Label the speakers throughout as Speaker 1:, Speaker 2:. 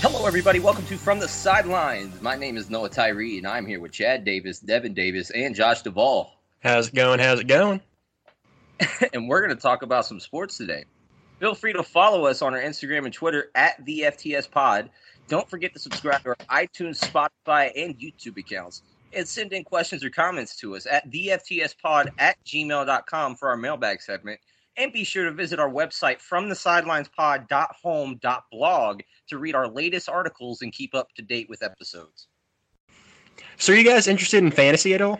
Speaker 1: Hello, everybody. Welcome to From the Sidelines. My name is Noah Tyree, and I'm here with Chad Davis, Devin Davis, and Josh Duvall.
Speaker 2: How's it going? How's it going?
Speaker 1: and we're going to talk about some sports today. Feel free to follow us on our Instagram and Twitter at the FTS Pod. Don't forget to subscribe to our iTunes, Spotify, and YouTube accounts. And send in questions or comments to us at theftspod at gmail.com for our mailbag segment. And be sure to visit our website from the sidelinespod.home.blog to read our latest articles and keep up to date with episodes.
Speaker 2: So, are you guys interested in fantasy at all?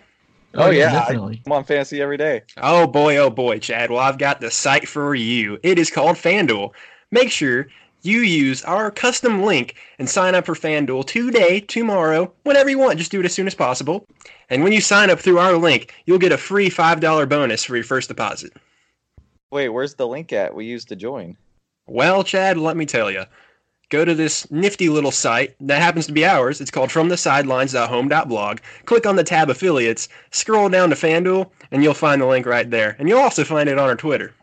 Speaker 3: Oh, yeah, I-
Speaker 4: definitely.
Speaker 3: I'm on fantasy every day.
Speaker 2: Oh boy, oh boy, Chad. Well, I've got the site for you. It is called FanDuel. Make sure you use our custom link and sign up for FanDuel today, tomorrow, whenever you want. Just do it as soon as possible. And when you sign up through our link, you'll get a free $5 bonus for your first deposit.
Speaker 3: Wait, where's the link at we used to join?
Speaker 2: Well, Chad, let me tell you. Go to this nifty little site that happens to be ours. It's called FromTheSidelines.home.blog. Click on the tab Affiliates, scroll down to FanDuel, and you'll find the link right there. And you'll also find it on our Twitter.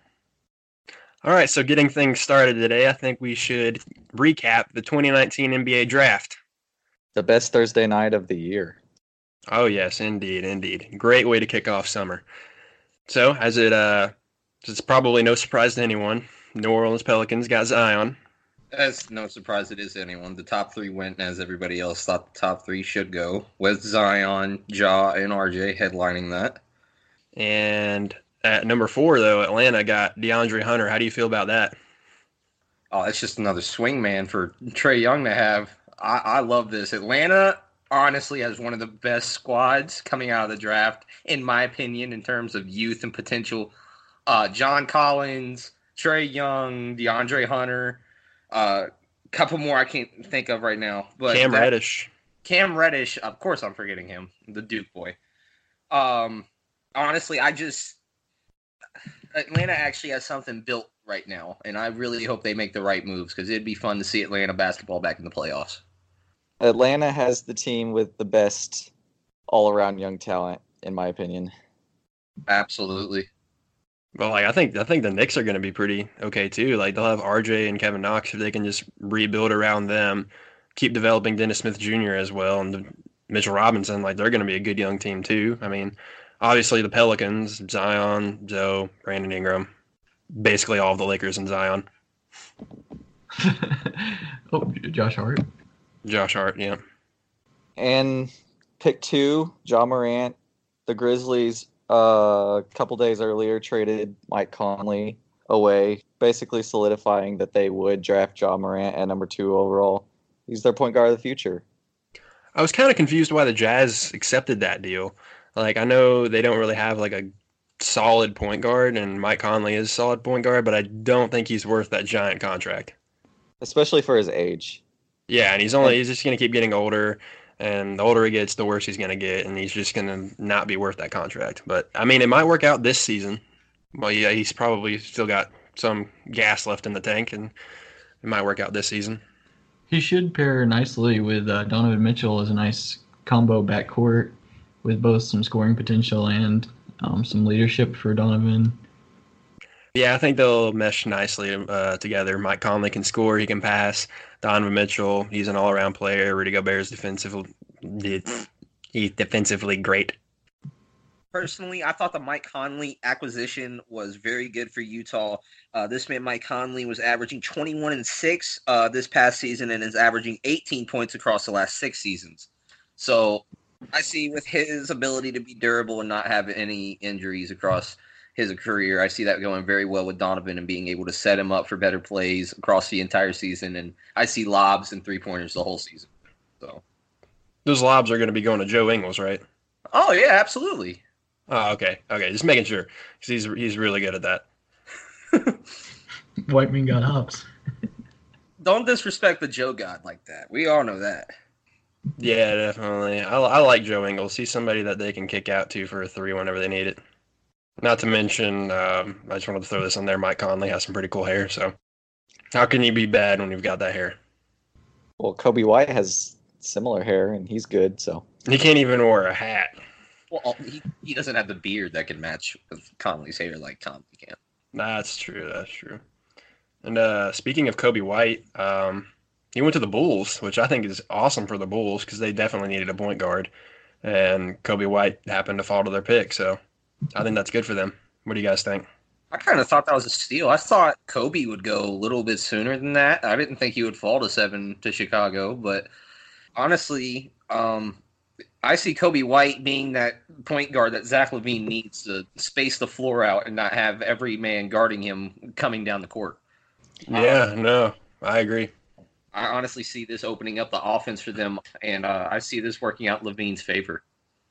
Speaker 2: All right, so getting things started today, I think we should recap the 2019 NBA draft.
Speaker 3: The best Thursday night of the year.
Speaker 2: Oh, yes, indeed, indeed. Great way to kick off summer. So, as it, uh, it's probably no surprise to anyone, New Orleans Pelicans got Zion.
Speaker 1: That's no surprise it is to anyone. The top three went as everybody else thought the top three should go, with Zion, Ja, and RJ headlining that.
Speaker 2: And at number four, though, Atlanta got DeAndre Hunter. How do you feel about that?
Speaker 1: Oh, that's just another swing man for Trey Young to have. I, I love this. Atlanta honestly has one of the best squads coming out of the draft, in my opinion, in terms of youth and potential. Uh, John Collins, Trey Young, DeAndre Hunter, a uh, couple more I can't think of right now. But
Speaker 2: Cam
Speaker 1: that-
Speaker 2: Reddish.
Speaker 1: Cam Reddish, of course I'm forgetting him, the Duke boy. Um honestly, I just Atlanta actually has something built right now, and I really hope they make the right moves because it'd be fun to see Atlanta basketball back in the playoffs.
Speaker 3: Atlanta has the team with the best all around young talent, in my opinion.
Speaker 1: Absolutely.
Speaker 2: Well, like I think I think the Knicks are going to be pretty okay too. Like they'll have RJ and Kevin Knox if they can just rebuild around them, keep developing Dennis Smith Jr. as well and Mitchell Robinson. Like they're going to be a good young team too. I mean, obviously the Pelicans, Zion, Joe, Brandon Ingram, basically all of the Lakers and Zion,
Speaker 4: oh, Josh Hart.
Speaker 2: Josh Hart. Yeah,
Speaker 3: And pick two, John Morant. The Grizzlies, uh, a couple days earlier, traded Mike Conley away, basically solidifying that they would draft John Morant at number two overall. He's their point guard of the future.
Speaker 2: I was kind of confused why the Jazz accepted that deal. Like I know they don't really have like a solid point guard, and Mike Conley is a solid point guard, but I don't think he's worth that giant contract.
Speaker 3: especially for his age.
Speaker 2: Yeah, and he's only he's just gonna keep getting older, and the older he gets, the worse he's gonna get, and he's just gonna not be worth that contract. But I mean, it might work out this season. Well, yeah, he's probably still got some gas left in the tank, and it might work out this season.
Speaker 4: He should pair nicely with uh, Donovan Mitchell as a nice combo backcourt with both some scoring potential and um, some leadership for Donovan.
Speaker 2: Yeah, I think they'll mesh nicely uh, together. Mike Conley can score, he can pass. Donovan Mitchell, he's an all-around player. Rudy Gobert's defensive, he's defensively great.
Speaker 1: Personally, I thought the Mike Conley acquisition was very good for Utah. Uh, this man, Mike Conley, was averaging 21 and 6 uh, this past season and is averaging 18 points across the last six seasons. So I see with his ability to be durable and not have any injuries across his career, I see that going very well with Donovan and being able to set him up for better plays across the entire season. And I see lobs and three pointers the whole season. So,
Speaker 2: Those lobs are going to be going to Joe Ingles, right?
Speaker 1: oh, yeah, absolutely.
Speaker 2: Oh, okay, okay. Just making sure because he's he's really good at that.
Speaker 4: White man got hops.
Speaker 1: Don't disrespect the Joe God like that. We all know that.
Speaker 2: Yeah, definitely. I, I like Joe Ingles. He's somebody that they can kick out to for a three whenever they need it. Not to mention, um, I just wanted to throw this in there. Mike Conley has some pretty cool hair, so how can you be bad when you've got that hair?
Speaker 3: Well, Kobe White has similar hair and he's good, so
Speaker 2: He can't even wear a hat.
Speaker 1: Well, oh, he, he doesn't have the beard that can match with Conley's hair like Conley can.
Speaker 2: That's true. That's true. And uh, speaking of Kobe White, um, He went to the Bulls, which I think is awesome for the Bulls because they definitely needed a point guard. And Kobe White happened to fall to their pick, so I think that's good for them. What do you guys think?
Speaker 1: I kind of thought that was a steal. I thought Kobe would go a little bit sooner than that. I didn't think he would fall to seven to Chicago, but honestly, um, I see Kobe White being that point guard that Zach Levine needs to space the floor out and not have every man guarding him coming down the court.
Speaker 2: Yeah, no, I agree.
Speaker 1: I honestly see this opening up the offense for them, and uh, I see this working out in Levine's favor.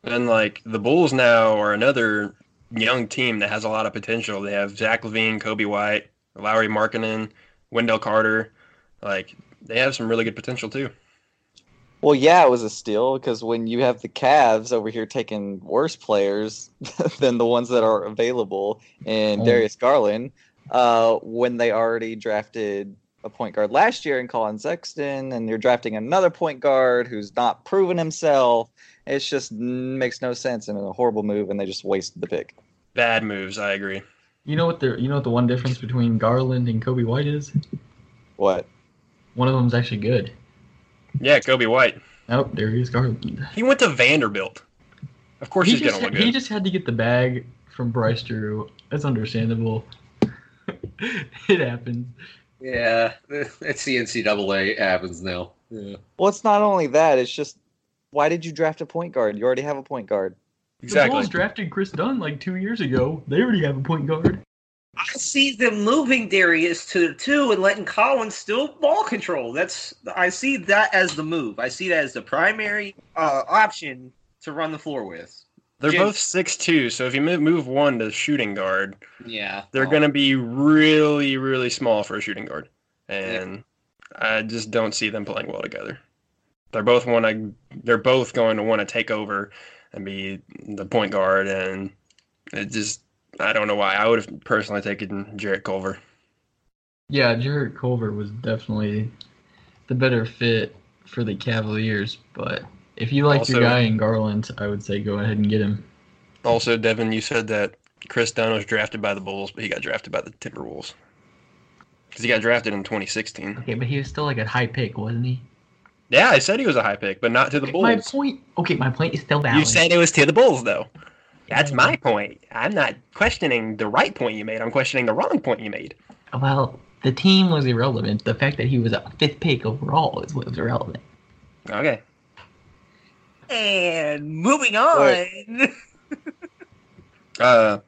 Speaker 2: And like the Bulls now are another young team that has a lot of potential. They have Zach Levine, Kobe White, Lowry Markinen, Wendell Carter. Like they have some really good potential too.
Speaker 3: Well, yeah, it was a steal because when you have the Cavs over here taking worse players than the ones that are available in
Speaker 4: Oh.
Speaker 3: Darius Garland, uh, when they already drafted a point guard last year in Colin Sexton, and you're drafting another point guard who's not proven himself, it's just n- makes no sense and a horrible move, and they just wasted the pick.
Speaker 2: Bad moves, I agree.
Speaker 4: You know what the you know what the one difference between Garland and Kobe White is?
Speaker 3: What?
Speaker 4: One of them's actually good.
Speaker 2: Yeah, Kobe White.
Speaker 4: Oh, there he is, Garland.
Speaker 2: He went to Vanderbilt. Of course
Speaker 4: He
Speaker 2: he's
Speaker 4: just,
Speaker 2: gonna look
Speaker 4: he
Speaker 2: good.
Speaker 4: just had to get the bag from Bryce Drew. That's understandable. it happened.
Speaker 1: Yeah, it's the NCAA happens now. Yeah.
Speaker 3: Well, it's not only that. It's just why did you draft a point guard? You already have a point guard.
Speaker 4: The Bulls
Speaker 2: Exactly.
Speaker 4: drafted Chris Dunn like two years ago. They already have a point guard.
Speaker 1: I see them moving Darius to the two and letting Collins still ball control. That's I see that as the move. I see that as the primary uh, option to run the floor with.
Speaker 2: They're
Speaker 1: Jim-
Speaker 2: both six two, so if you move, move one to shooting guard,
Speaker 1: Yeah,
Speaker 2: they're gonna be really, really small for a shooting guard. And I just don't see them playing well together. They're both wanna they're both going to want to take over and be the point guard and it just I don't know why. I would have personally taken Jarrett Culver.
Speaker 4: Yeah, Jarrett Culver was definitely the better fit for the Cavaliers, but if you like your
Speaker 2: Also-
Speaker 4: guy in Garland, I would say go ahead and get him.
Speaker 2: Also, Devin, you said that Chris Dunn was drafted by the Bulls, but he got drafted by the Timberwolves. Because he got drafted in 2016.
Speaker 4: Okay, but he was still like a high pick, wasn't he?
Speaker 2: Yeah, I said he was a high pick, but not to the
Speaker 4: My
Speaker 2: Bulls.
Speaker 4: point. Okay, my point is still valid.
Speaker 2: You said it was to the Bulls, though. That's my point. I'm not questioning the right point you made. I'm questioning the wrong point you made.
Speaker 4: Well, the team was irrelevant. The fact that he was a fifth pick overall is what was irrelevant.
Speaker 2: Okay.
Speaker 1: And moving on.
Speaker 2: Uh,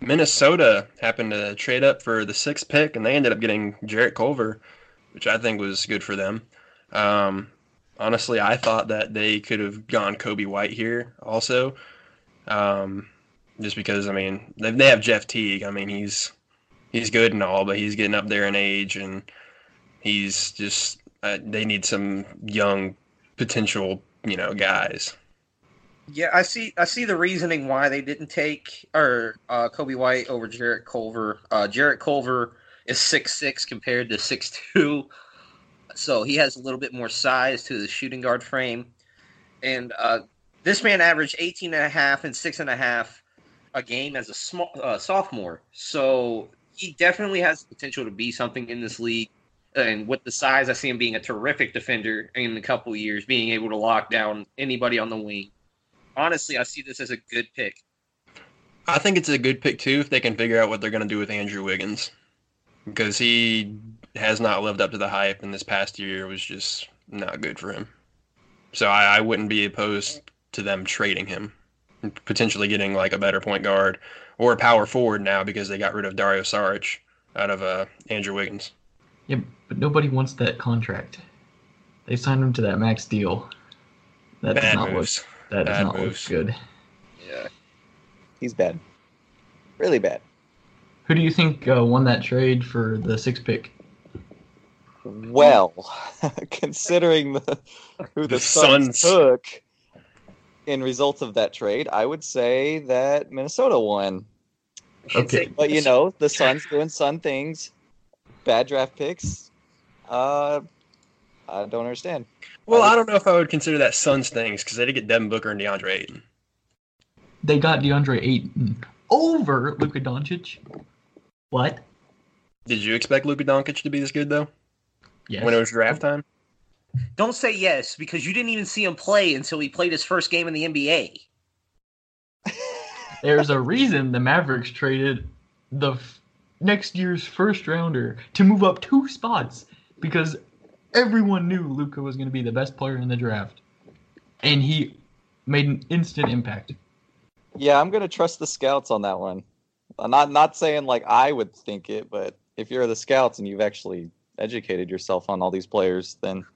Speaker 2: Minnesota happened to trade up for the sixth pick, and they ended up getting Jarrett Culver, which I think was good for them. Um, honestly, I thought that they could have gone Kobe White here also, um, just because I mean they, they have Jeff Teague. I mean he's he's good and all, but he's getting up there in age, and he's just uh, they need some young potential you know guys.
Speaker 1: Yeah, I see. I see the reasoning why they didn't take or uh, Kobe White over Jarrett Culver. Uh, Jarrett Culver is six six compared to six two, so he has a little bit more size to the shooting guard frame. And uh, this man averaged 18 and a half and six and a half a game as a small uh, sophomore. So he definitely has the potential to be something in this league. And with the size, I see him being a terrific defender in a couple years, being able to lock down anybody on the wing honestly, I see this as a good pick.
Speaker 2: I think it's a good pick too if they can figure out what they're going to do with Andrew Wiggins, because he has not lived up to the hype, and this past year was just not good for him. So I, I wouldn't be opposed to them trading him, and potentially getting like a better point guard or a power forward now because they got rid of Dario Saric out of uh, Andrew Wiggins.
Speaker 4: Yeah, but nobody wants that contract. They signed him to that max deal. That does
Speaker 2: Bad
Speaker 4: not
Speaker 2: moves.
Speaker 4: look. That does
Speaker 2: Bad
Speaker 4: not
Speaker 2: moves.
Speaker 4: look good.
Speaker 1: Yeah.
Speaker 3: He's bad, really bad.
Speaker 4: Who do you think uh, won that trade for the sixth pick?
Speaker 3: Well, considering the, who the,
Speaker 2: The
Speaker 3: Suns,
Speaker 2: Suns.
Speaker 3: took in results of that trade, I would say that Minnesota won.
Speaker 4: Okay.
Speaker 3: But you know, the Suns doing Sun things, bad draft picks. Uh, I don't understand.
Speaker 2: Well, I don't know if I would consider that Suns things because they did get Devin Booker and DeAndre Ayton.
Speaker 4: They got DeAndre Ayton over Luka Doncic. What?
Speaker 2: Did you expect Luka Doncic to be this good though
Speaker 4: Yes.
Speaker 2: when it was draft time?
Speaker 1: Don't say yes because you didn't even see him play until he played his first game in the NBA.
Speaker 4: There's a reason the Mavericks traded the f- next year's first rounder to move up two spots because everyone knew Luca was going to be the best player in the draft, and he made an instant impact.
Speaker 3: Yeah, I'm gonna trust the scouts on that one. I'm not not saying like I would think it, but if you're the scouts and you've actually educated yourself on all these players, then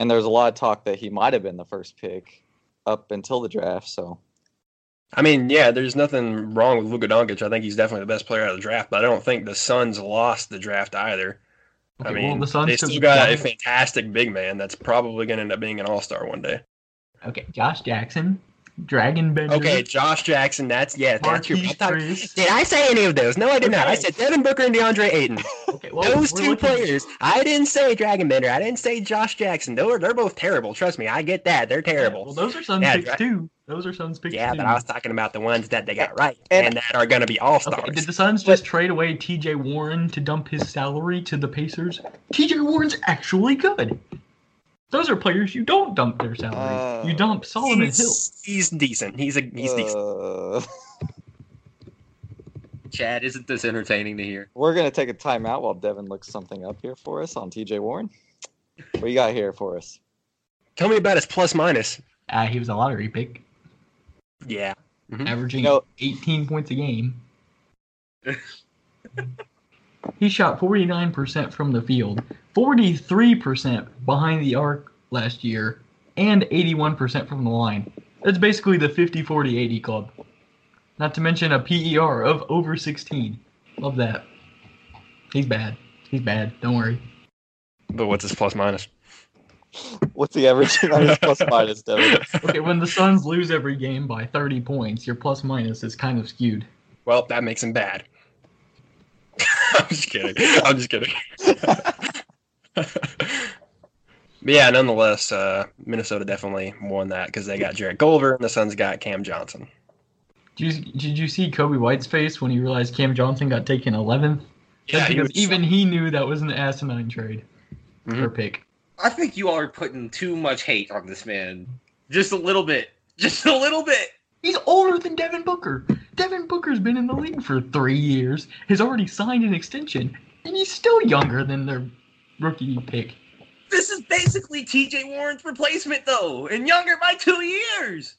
Speaker 3: and there's a lot of talk that he might have been the first pick up until the draft. So
Speaker 2: I mean, yeah, there's nothing wrong with Luka Doncic. I think he's definitely the best player out of the draft, but I don't think the Suns lost the draft either. I mean, they
Speaker 4: took
Speaker 2: still got a
Speaker 4: Josh-
Speaker 2: fantastic big man that's probably going to end up being an All Star one day.
Speaker 4: okay, Josh Jackson, Dragon Bender.
Speaker 2: Okay, Josh Jackson. That's yeah. That's your. I
Speaker 4: Marquise
Speaker 2: thought-
Speaker 4: Chris.
Speaker 2: Did I say any of those? No, I did not. I
Speaker 4: Okay.
Speaker 2: said Devin Booker and DeAndre Ayton.
Speaker 4: Okay, well,
Speaker 2: those
Speaker 4: we're
Speaker 2: two
Speaker 4: looking-
Speaker 2: players. I didn't say Dragon Bender. I didn't say Josh Jackson. They're they're both terrible. Trust me, I get that. They're
Speaker 4: Yeah,
Speaker 2: terrible.
Speaker 4: well, those are Suns
Speaker 2: Yeah,
Speaker 4: picks
Speaker 2: Dra-
Speaker 4: too. Those are Suns picks
Speaker 2: Yeah,
Speaker 4: too.
Speaker 2: but I was talking about the ones that they got right
Speaker 3: And-
Speaker 2: and, that are going to be all stars.
Speaker 4: Okay, did the Suns just trade away TJ Warren to dump his salary to the Pacers? TJ Warren's actually good. Those are players you don't dump their salary.
Speaker 3: Uh,
Speaker 4: you dump Solomon Hill.
Speaker 2: he's, he's decent. He's a he's decent.
Speaker 3: uh,
Speaker 1: Chad, isn't this entertaining to hear?
Speaker 3: we're gonna take a timeout while Devin looks something up here for us on TJ Warren. What you got here for us?
Speaker 2: Tell me about his plus minus.
Speaker 4: Uh, he was a lottery pick,
Speaker 2: Yeah,
Speaker 4: averaging
Speaker 3: You know-
Speaker 4: 18 points a game. he shot 49% from the field, 43% behind the arc last year, and 81% from the line. That's basically the 50 40 80 club. Not to mention a PER of over 16. Love that. He's bad. He's bad. Don't worry.
Speaker 2: but what's his plus minus?
Speaker 3: What's the averaging on his plus minus, Devin?
Speaker 4: Okay, when the Suns lose every game by 30 points, your plus minus is kind of skewed.
Speaker 2: Well, that makes him bad. I'm just kidding. I'm just kidding. but yeah, nonetheless, uh, Minnesota definitely won that because they got Jared Golver and the Suns got Cam Johnson.
Speaker 4: Did you, did you see Kobe White's face when he realized Cam Johnson got taken 11th? That's
Speaker 2: he
Speaker 4: because
Speaker 2: was-
Speaker 4: even he knew that was an asinine trade
Speaker 2: Mhm.
Speaker 4: or pick.
Speaker 1: I think you all are putting too much hate on this man. Just a little bit. Just a little bit.
Speaker 4: He's older than Devin Booker. Devin Booker's been in the league for three years, has already signed an extension, and he's still younger than their rookie pick.
Speaker 1: This is basically TJ Warren's replacement, though, and younger by two years.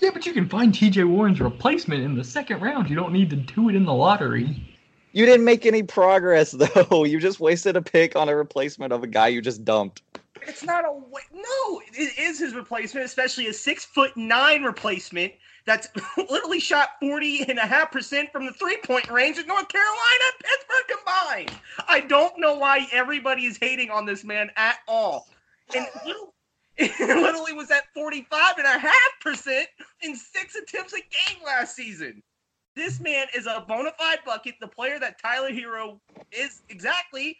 Speaker 4: Yeah, but you can find TJ Warren's replacement in the second round. You don't need to do it in the lottery.
Speaker 3: You didn't make any progress though. You just wasted a pick on a replacement of a guy you just dumped.
Speaker 1: It's not a wa- no. It is his replacement, especially a six foot nine replacement that's literally shot forty and a half percent from the three point range in North Carolina and Pittsburgh combined. I don't know why everybody is hating on this man at all. And little, it literally was at 45 and a half percent in six attempts a game last season. This man is a bona fide bucket, the player that Tyler Hero is exactly.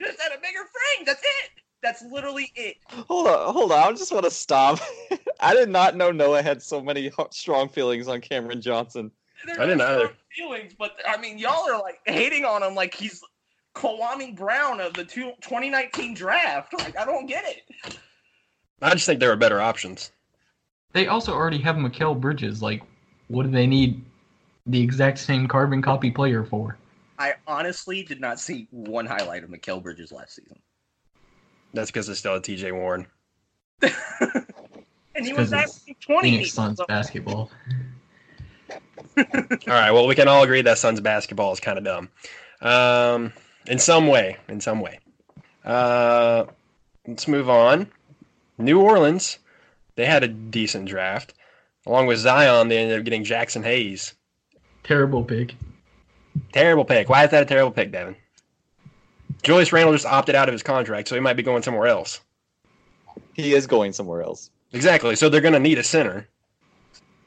Speaker 1: Just at a bigger frame. That's it. That's literally it.
Speaker 3: Hold on, hold on. I just want to stop. I did not know Noah had so many ho- strong feelings on Cameron Johnson.
Speaker 1: There's
Speaker 2: I didn't
Speaker 1: no
Speaker 2: either.
Speaker 1: Feelings, but I mean, y'all are like hating on him like he's Kwame Brown of the two, 2019 draft. Like, I don't get it.
Speaker 2: I just think there were better options.
Speaker 4: They also already have Mikel Bridges. Like, what do they need the exact same carbon copy player for?
Speaker 1: I honestly did not see one highlight of Mikael Bridges last season,
Speaker 2: That's because it's still a TJ Warren.
Speaker 1: and he
Speaker 4: It's
Speaker 1: was
Speaker 4: 'cause it's
Speaker 1: actually 20.
Speaker 4: Phoenix Suns
Speaker 1: So
Speaker 4: basketball.
Speaker 2: All right. Well, we can all agree that Suns basketball is kind of dumb, um, in some way. In some way. Uh, let's move on. New Orleans, they had a decent draft. Along with Zion, they ended up getting Jackson Hayes.
Speaker 4: Terrible pick.
Speaker 2: Terrible pick. Why is that a terrible pick, Devin? Julius Randle just opted out of his contract, so he might be going somewhere else.
Speaker 3: He is going somewhere else.
Speaker 2: Exactly. So they're going to need a center.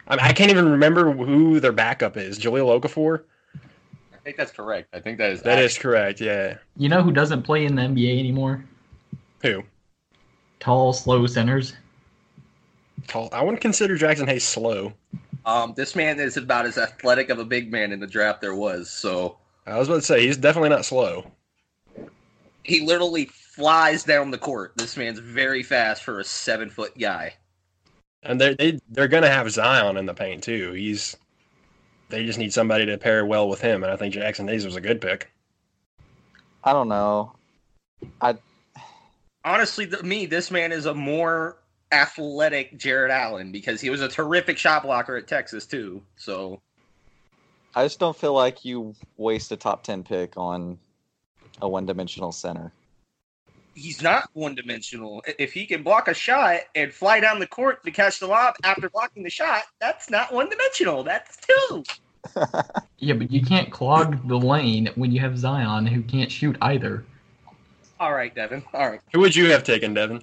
Speaker 2: I, mean, I can't even remember who their backup is. Jaleel Okafor.
Speaker 1: I think that's correct. I think that is
Speaker 2: That is correct. Yeah.
Speaker 4: You know who doesn't play in the NBA anymore?
Speaker 2: Who?
Speaker 4: Tall, slow centers.
Speaker 2: Tall. I wouldn't consider Jackson Hayes slow.
Speaker 1: Um, this man is about as athletic of a big man in the draft there was. So
Speaker 2: I was about to say he's definitely not slow.
Speaker 1: He literally flies down the court. This man's very fast for a seven foot guy.
Speaker 2: And they're they, they're gonna have Zion in the paint too. He's they just need somebody to pair well with him, and I think Jackson Hayes was a good pick.
Speaker 3: I don't know.
Speaker 1: Honestly, to me, this man is a more athletic Jared Allen because he was a terrific shot blocker at Texas too. So
Speaker 3: I just don't feel like you waste a top ten pick on a one dimensional center.
Speaker 1: he's not one dimensional. If he can block a shot and fly down the court to catch the lob after blocking the shot, that's not one dimensional. That's two.
Speaker 4: Yeah, but you can't clog the lane when you have Zion who can't shoot either.
Speaker 1: All right, Devin. All right.
Speaker 2: Who would you have taken, Devin?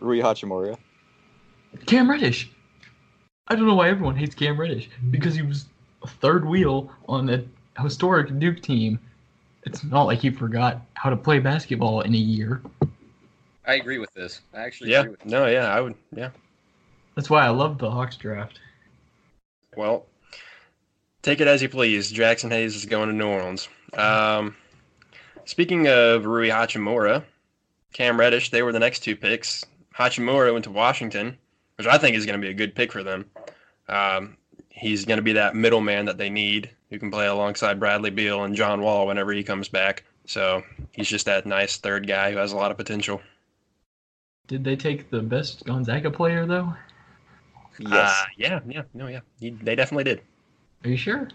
Speaker 3: Rui Hachimura.
Speaker 4: Cam Reddish. I don't know why everyone hates Cam Reddish because he was a third wheel on a historic Duke team. It's not like he forgot how to play basketball in a year.
Speaker 1: I agree with this. I actually
Speaker 2: Yeah,
Speaker 1: agree with
Speaker 2: no, yeah, I would. Yeah,
Speaker 4: That's why I love the Hawks draft.
Speaker 2: well, take it as you please. Jackson Hayes is going to New Orleans. Um, speaking of Rui Hachimura, Cam Reddish, they were the next two picks. Hachimura went to Washington, which I think is going to be a good pick for them. Um, he's going to be that middleman that they need who can play alongside Bradley Beal and John Wall whenever he comes back. So he's just that nice third guy who has a lot of potential.
Speaker 4: Did they take the best Gonzaga player though?
Speaker 3: Yes.
Speaker 2: Uh, yeah, yeah, no, yeah. He, they definitely did.
Speaker 4: Are you sure?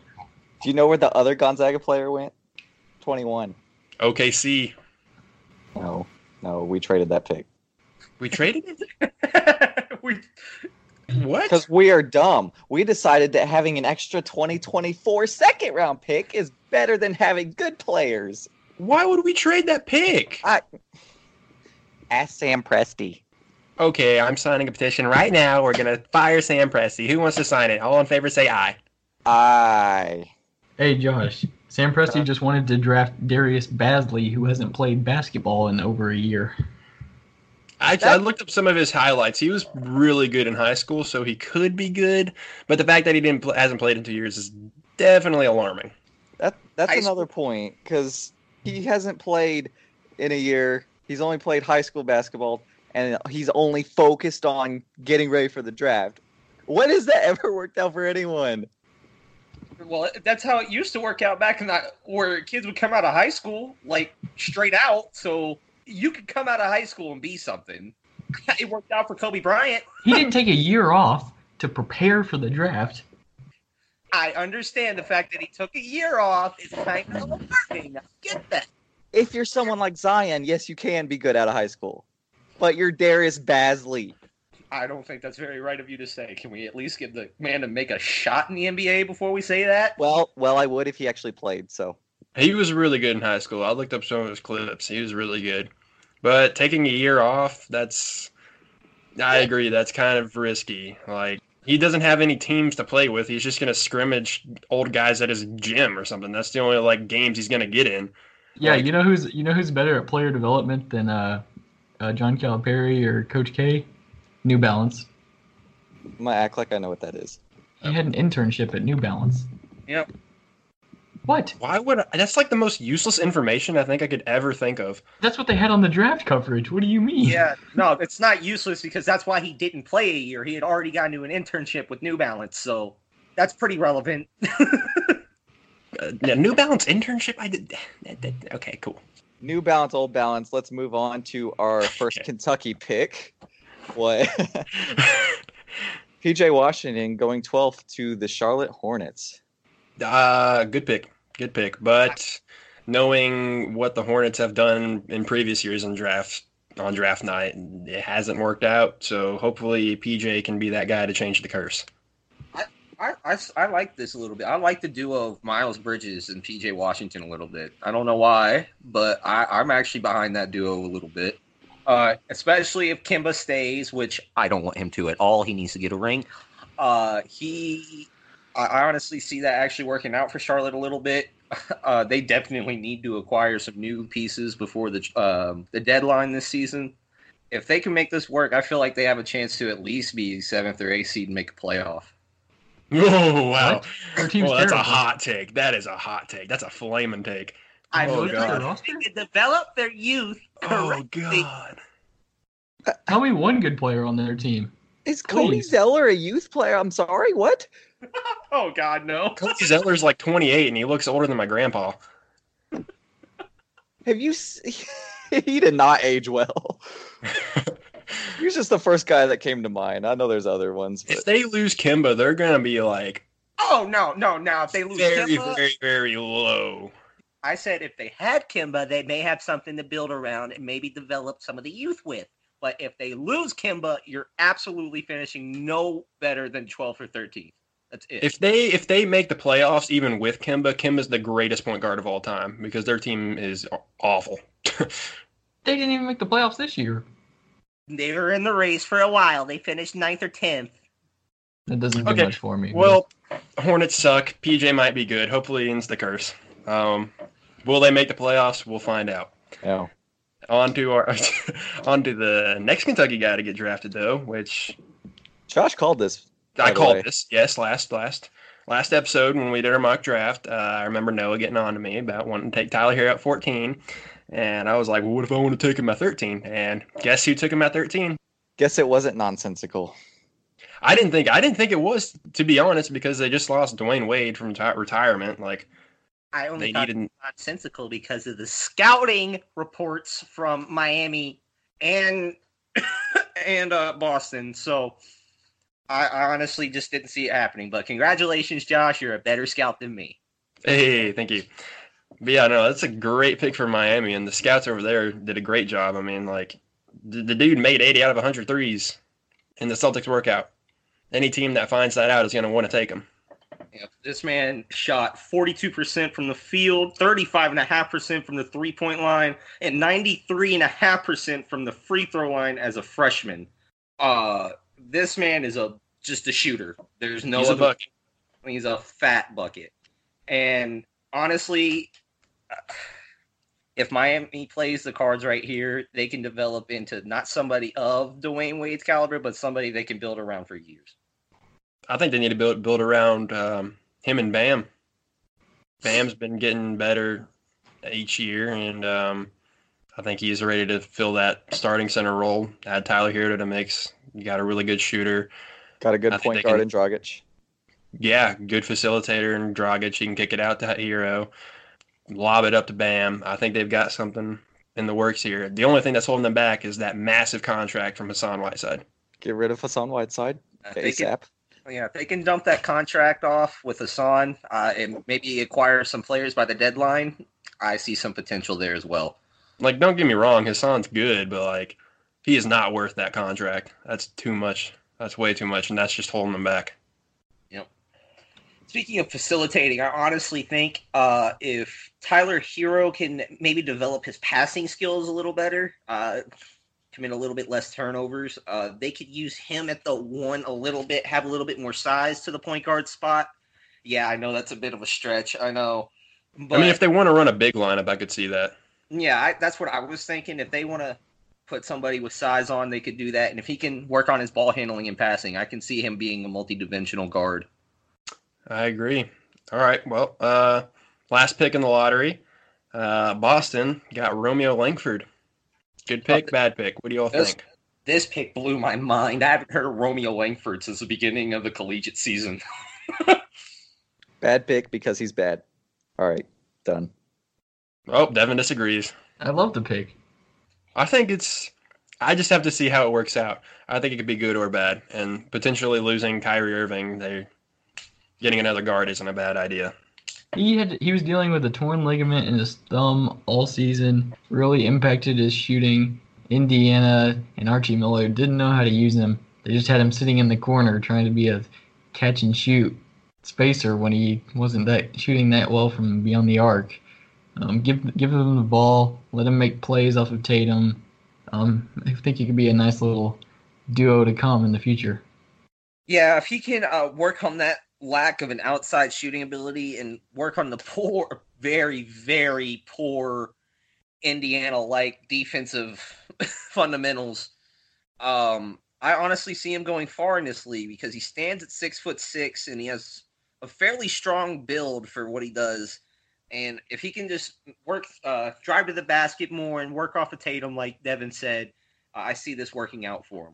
Speaker 3: Do you know where the other Gonzaga player went? Twenty one.
Speaker 2: OKC.
Speaker 3: No. No, we traded that pick.
Speaker 2: We traded it?
Speaker 1: this. we,
Speaker 2: What?
Speaker 3: Because we are dumb. We decided that having an extra 2024 second round pick is better than having good players.
Speaker 2: Why would we trade that pick?
Speaker 3: Ask Sam Presti.
Speaker 2: Okay, I'm signing a petition right now. We're going to fire Sam Presti. Who wants to sign it? All in favor say aye.
Speaker 3: I.
Speaker 4: Hey Josh, Sam Presti just wanted to draft Darius Basley, who hasn't played basketball in over a year.
Speaker 2: I, I looked up some of his highlights. He was really good in high school, so he could be good. But the fact that he didn't pl- hasn't played in two years is definitely alarming.
Speaker 3: That that's
Speaker 1: High
Speaker 3: another point because he hasn't played in a year. He's only played high school basketball, and he's only focused on getting ready for the draft. When has that ever worked out for anyone?
Speaker 1: well, that's how it used to work out back in that where kids would come out of high school like straight out. So you could come out of high school and be something. it worked out for Kobe Bryant.
Speaker 4: He didn't take a year off to prepare for the draft.
Speaker 1: I understand the fact that he took a year off is kind of alarming. I get that.
Speaker 3: If you're someone like Zion, yes, you can be good out of high school, but you're Darius Basley.
Speaker 1: I don't think that's very right of you to say. Can we at least give the man to make a shot in the NBA before we say that?
Speaker 3: Well, well, I would if he actually played. So
Speaker 2: He was really good in high school. I looked up some of his clips. He was really good. But taking a year off, that's I agree, that's kind of risky. Like he doesn't have any teams to play with. He's just gonna scrimmage old guys at his gym or something. That's the only like games he's gonna get in.
Speaker 4: Yeah,
Speaker 2: Like-
Speaker 4: you know who's you know who's better at player development than uh, uh, John Calipari or Coach K? New Balance.
Speaker 3: I'm gonna act like I know what that is.
Speaker 4: He had an internship at New Balance.
Speaker 1: Yep.
Speaker 4: What?
Speaker 2: Why would I, that's like the most useless information I think I could ever think of.
Speaker 4: That's what they had on the draft coverage. What do you mean?
Speaker 1: Yeah, no, it's not useless because that's why he didn't play a year. He had already gotten to an internship with New Balance, so that's pretty relevant.
Speaker 2: Uh, yeah, New Balance internship. I did. that- that- okay, cool.
Speaker 3: New balance, old balance. Let's move on to our first
Speaker 2: Okay.
Speaker 3: Kentucky pick. What? PJ Washington going 12th to the Charlotte Hornets.
Speaker 2: Uh, good pick. Good pick. But knowing what the Hornets have done in previous years on draft on draft night, it hasn't worked out. So hopefully PJ can be that guy to change the curse.
Speaker 1: I, I s- I like this a little bit. I like the duo of Miles Bridges and PJ Washington a little bit. I don't know why, but I, I'm actually behind that duo a little bit. Uh, especially if Kimba stays, which I don't want him to at all. He needs to get a ring. Uh, he, I, I honestly see that actually working out for Charlotte a little bit. Uh, they definitely need to acquire some new pieces before the um, the deadline this season. If they can make this work, I feel like they have a chance to at least be seventh or eighth seed and make a playoff.
Speaker 2: Oh wow!
Speaker 4: Their
Speaker 2: Oh,
Speaker 4: team's
Speaker 2: that's a
Speaker 4: terrible.
Speaker 2: hot take. That is a hot take. That's a flaming take.
Speaker 1: I
Speaker 2: Oh,
Speaker 1: believe
Speaker 2: God.
Speaker 1: they can develop their youth
Speaker 2: Oh
Speaker 1: correctly.
Speaker 2: God.
Speaker 4: Tell me one good player on their team.
Speaker 3: Is Cody
Speaker 4: Please.
Speaker 3: Zeller a youth player? I'm sorry, what?
Speaker 1: Oh God, no.
Speaker 2: Cody Zeller's like 28 and he looks older than my grandpa.
Speaker 3: Have you? s he did not age well. he was just the first guy that came to mind. I know there's other ones. But
Speaker 2: If they lose Kimba, they're gonna be like
Speaker 1: Oh no, no. Now if they lose
Speaker 2: very,
Speaker 1: Kimba,
Speaker 2: very, very low.
Speaker 1: I said if they had Kimba, they may have something to build around and maybe develop some of the youth with. But if they lose Kimba, you're absolutely finishing no better than 12th or 13th. That's it.
Speaker 2: If they if they make the playoffs even with Kimba, Kimba's the greatest point guard of all time because their team is awful.
Speaker 4: They didn't even make the playoffs this year.
Speaker 1: they were in the race for a while. They finished ninth or 10th.
Speaker 4: That doesn't do
Speaker 2: Okay,
Speaker 4: much for me. but-
Speaker 2: Well, Hornets suck. PJ might be good. Hopefully, he ends the curse. Um, will they make the playoffs? We'll find out.
Speaker 3: no.
Speaker 2: On to our on to the next Kentucky guy to get drafted though, which
Speaker 3: Josh called this. By
Speaker 2: I
Speaker 3: the way.
Speaker 2: called this. Yes, last last last episode when we did our mock draft, uh, I remember Noah getting on to me about wanting to take Tyler here at 14, and I was like, "Well, what if I want to take him at 13?" And guess who took him at 13?
Speaker 3: Guess it wasn't nonsensical.
Speaker 2: I didn't think I didn't think it was to be honest because they just lost Dwayne Wade from ti retirement. Like
Speaker 1: I only
Speaker 2: they
Speaker 1: thought
Speaker 2: needed
Speaker 1: nonsensical because of the scouting reports from Miami and and uh, Boston. So I, I honestly just didn't see it happening. But congratulations, Josh. You're a better scout than me.
Speaker 2: Hey, thank you. But yeah, no, that's a great pick for Miami, and the scouts over there did a great job. I mean, like the, the dude made 80 out of 100 threes in the Celtics workout. Any team that finds that out is going to want to take him.
Speaker 1: Yep. This man shot 42% from the field, 35.5% from the three point line, and 93.5% from the free throw line as a freshman. Uh, this man is a just a shooter. There's no
Speaker 2: He's a
Speaker 1: other-
Speaker 2: buck.
Speaker 1: He's a fat bucket. And honestly, if Miami plays the cards right here, they can develop into not somebody of Dwayne Wade's caliber, but somebody they can build around for years.
Speaker 2: I think they need to build build around um, him and Bam. Bam's been getting better each year, and um, I think he's ready to fill that starting center role. Add Tyler here to the mix. You got a really good shooter.
Speaker 3: Got a good
Speaker 2: I think
Speaker 3: point
Speaker 2: they
Speaker 3: guard
Speaker 2: can-
Speaker 3: in Dragic.
Speaker 2: Yeah, good facilitator and Dragic. He can kick it out to Hero, lob it up to Bam. I think they've got something in the works here. The only thing that's holding them back is that massive contract from Hassan Whiteside.
Speaker 3: Get rid of Hassan Whiteside
Speaker 1: If Uh, they can,
Speaker 3: ASAP.
Speaker 1: yeah, if they can dump that contract off with Hassan uh, and maybe acquire some players by the deadline, I see some potential there as well.
Speaker 2: Like, don't get me wrong, Hassan's good, but like, he is not worth that contract. That's too much. That's way too much, and that's just holding them back.
Speaker 1: Speaking of facilitating, I honestly think uh, if Tyler Hero can maybe develop his passing skills a little better, uh, commit a little bit less turnovers, uh, they could use him at the one a little bit, have a little bit more size to the point guard spot. Yeah, I know that's a bit of a stretch. I know. But
Speaker 2: I mean, if they want to run a big lineup, I could see that.
Speaker 1: yeah, I, that's what I was thinking. If they want to put somebody with size on, they could do that. And if he can work on his ball handling and passing, I can see him being a multi-dimensional guard.
Speaker 2: I agree. All right. Well, uh, last pick in the lottery, uh, Boston got Romeo Langford. Good pick, bad pick. What do y'all
Speaker 1: Uh, That's-
Speaker 2: think?
Speaker 1: This pick blew my mind. I haven't heard of Romeo Langford since the beginning of the collegiate season.
Speaker 3: Bad pick because he's bad. All right, done.
Speaker 2: Oh, Devin disagrees.
Speaker 4: I love the pick.
Speaker 2: I think it's. I just have to see how it works out. I think it could be good or bad, and potentially losing Kyrie Irving, they getting another guard isn't a bad idea.
Speaker 4: He had he was dealing with a torn ligament in his thumb all season. Really impacted his shooting. Indiana and Archie Miller didn't know how to use him. They just had him sitting in the corner trying to be a catch and shoot spacer when he wasn't that shooting that well from beyond the arc. Um, give give him the ball. Let him make plays off of Tatum. Um, I think he could be a nice little duo to come in the future.
Speaker 1: Yeah, if he can uh, work on that lack of an outside shooting ability and work on the poor, very, very poor Indiana-like defensive fundamentals, um, I honestly see him going far in this league because he stands at six foot six and he has a fairly strong build for what he does. And if he can just work, uh, drive to the basket more and work off of Tatum, like Devin said, uh, I see this working out for him.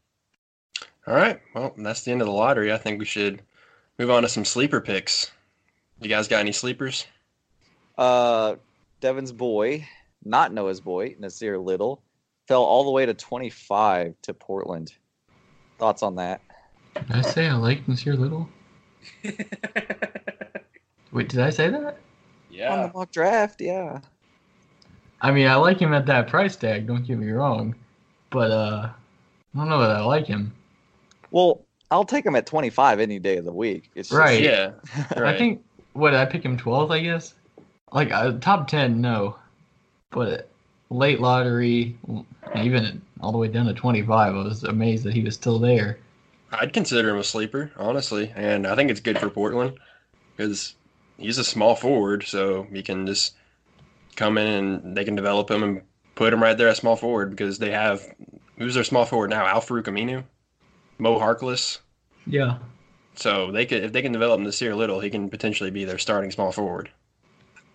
Speaker 2: All right. Well, that's the end of the lottery. I think we should move on to some sleeper picks. You guys got any sleepers?
Speaker 3: Uh, Devin's boy, not Noah's boy, Nasir Little, fell all the way to 25 to Portland. Thoughts on that?
Speaker 4: Did I say I like Monsieur Little? Wait, did I say that?
Speaker 3: On the mock draft, yeah.
Speaker 4: I mean, I like him at that price tag. Don't get me wrong, but uh, I don't know that I like him.
Speaker 3: Well, I'll take him at 25 any day of the week. It's just-
Speaker 4: Right.
Speaker 2: Yeah. Right.
Speaker 4: I think what did I pick him 12th, I guess. Like uh, top 10, no, but late lottery, even all the way down to 25, I was amazed that he was still there.
Speaker 2: I'd consider him a sleeper, honestly, and I think it's good for Portland because he's a small forward, so he can just come in and they can develop him and put him right there at small forward because they have who's their small forward now? Al Farouk Aminu, Mo Harkless.
Speaker 4: Yeah.
Speaker 2: So they could if they can develop him this year little, he can potentially be their starting small forward.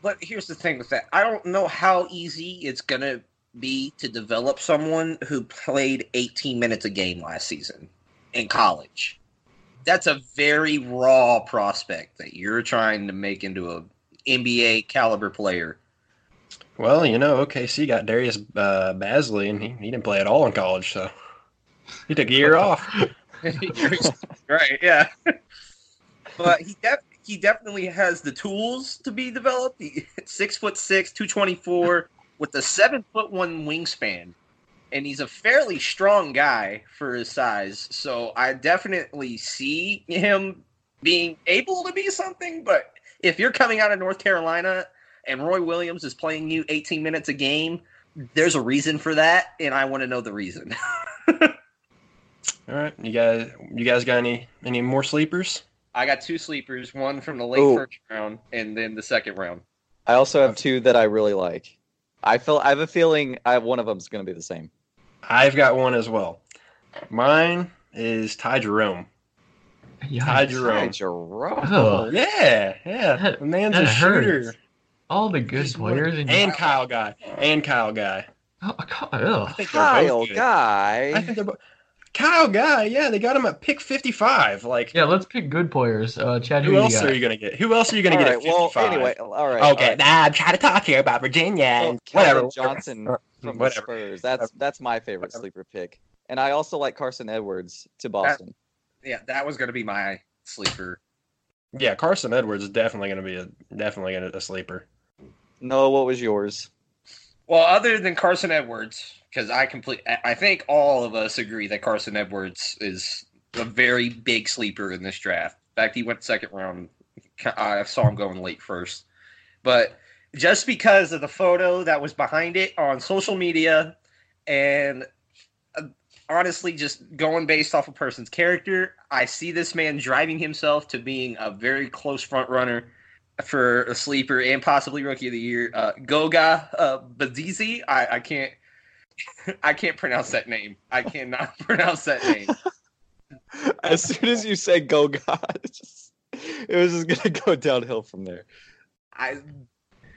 Speaker 1: But here's the thing with that I don't know how easy it's going to be to develop someone who played 18 minutes a game last season in college. That's a very raw prospect that you're trying to make into a NBA caliber player.
Speaker 2: Well, you know, OKC got Darius uh, Basley, and he, he didn't play at all in college, so he took a year off.
Speaker 1: right, yeah. but he def- he definitely has the tools to be developed. He, six foot six, two twenty four, with a seven foot one wingspan, and he's a fairly strong guy for his size. So I definitely see him being able to be something. But if you're coming out of North Carolina and Roy Williams is playing you eighteen minutes a game. There's a reason for that, and I want to know the reason.
Speaker 2: All right, you guys, you guys got any any more sleepers?
Speaker 1: I got two sleepers, one from the late
Speaker 3: Ooh.
Speaker 1: first round and then the second round.
Speaker 3: I also have two that I really like. I feel I have a feeling I one of them's going to be the same.
Speaker 2: I've got one as well. Mine is Ty Jerome. Ty
Speaker 4: Yikes.
Speaker 2: Jerome. Oh,
Speaker 3: Ty Jerome.
Speaker 4: Ugh.
Speaker 2: Yeah, yeah.
Speaker 4: That-
Speaker 2: The man's
Speaker 4: that
Speaker 2: a shooter.
Speaker 4: hurts. All the good
Speaker 2: He's one-
Speaker 4: players in
Speaker 2: And Kyle Guy. And Kyle Guy.
Speaker 4: Oh, God, ugh.
Speaker 2: think they're both
Speaker 3: Kyle
Speaker 2: good.
Speaker 3: guy.
Speaker 2: I think they're both. Kyle Guy, yeah, they got him at pick 55. Like,
Speaker 4: Yeah, let's pick good players. Uh, Chad, who,
Speaker 2: who
Speaker 4: you
Speaker 2: else
Speaker 4: got?
Speaker 2: are you going to get? Who else are you going to
Speaker 3: All
Speaker 2: get
Speaker 3: right.
Speaker 2: at 55?
Speaker 3: Well, anyway, all right. all
Speaker 2: okay,
Speaker 3: right.
Speaker 2: nah, I'm trying to talk here about Virginia
Speaker 3: Well,
Speaker 2: and
Speaker 3: Calvin
Speaker 2: whatever.
Speaker 3: Johnson
Speaker 2: whatever.
Speaker 3: from the
Speaker 2: whatever.
Speaker 3: Spurs. That's that's my favorite
Speaker 2: Whatever.
Speaker 3: sleeper pick. And I also like Carson Edwards to Boston.
Speaker 1: Yeah, that was going to be my sleeper.
Speaker 2: Yeah, Carson Edwards is definitely going to be a definitely gonna, a sleeper.
Speaker 3: no, what was yours?
Speaker 1: Well, other than Carson Edwards, because I complete, I- I think all of us agree that Carson Edwards is a very big sleeper in this draft. In fact, he went second round. I saw him going late first, but just because of the photo that was behind it on social media, and uh, honestly, just going based off a person's character, I see this man driving himself to being a very close front runner for a sleeper and possibly rookie of the year. Uh, Goga uh, Badizi. I, I can't. I can't pronounce that name. I cannot pronounce that name.
Speaker 3: As soon as you say go God, it's just, it was just gonna go downhill from there.
Speaker 1: I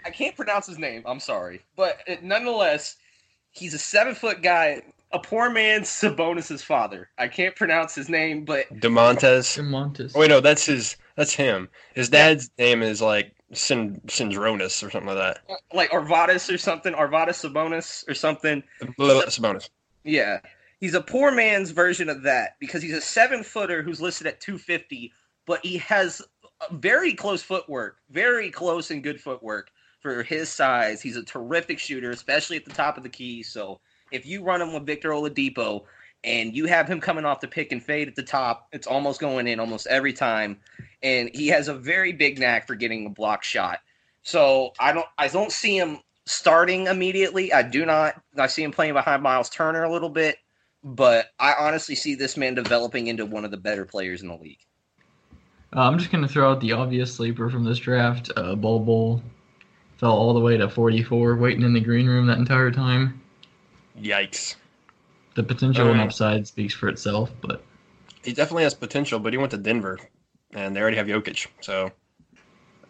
Speaker 1: I can't pronounce his name. I'm sorry, but it, nonetheless, he's a seven foot guy, a poor man's Sabonis's father. I can't pronounce his name, but
Speaker 2: Demontes.
Speaker 4: Montes.
Speaker 2: Oh, Wait, no, that's his. That's him. His dad's name is like Sin Sindronus or something like
Speaker 1: like Arvadas or something, Arvadas Sabonis or something.
Speaker 2: that. Blah, Sabonis.
Speaker 1: Yeah. He's a poor man's version of that because he's a seven footer who's listed at 250, but he has very close footwork, very close and good footwork for his size. He's a terrific shooter, especially at the top of the key. So if you run him with Victor Oladipo and you have him coming off the pick and fade at the top, it's almost going in almost every time. And he has a very big knack for getting a block shot. So I don't I don't see him starting immediately. I do not. I see him playing behind Miles Turner a little bit, but I honestly see this man developing into one of the better players in the league.
Speaker 4: Uh, I'm just going to throw out the obvious sleeper from this draft. Uh, Bull Bull fell all the way to 44, waiting in the green room that entire time.
Speaker 2: Yikes.
Speaker 4: The potential and
Speaker 2: Alright.
Speaker 4: upside speaks for itself, but
Speaker 2: He definitely has potential, but he went to Denver, and they already have Jokic. So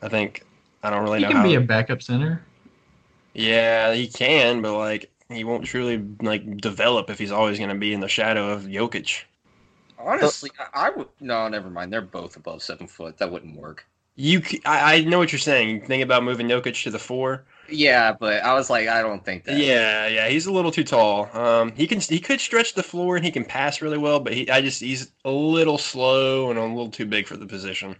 Speaker 2: I think I don't really
Speaker 4: He
Speaker 2: know.
Speaker 4: can
Speaker 2: how.
Speaker 4: be a backup center.
Speaker 2: yeah, he can, but like he won't truly like develop if he's always going to be in the shadow of Jokic.
Speaker 1: Honestly, I, I would no. Never mind. They're both above seven foot. That wouldn't work.
Speaker 2: You, c- I, I know what you're saying. Think about moving Jokic to the four.
Speaker 1: Yeah, but I was like, I don't think that.
Speaker 2: Yeah, yeah, he's a little too tall. Um, he can he could stretch the floor and he can pass really well, but he I just he's a little slow and a little too big for the position.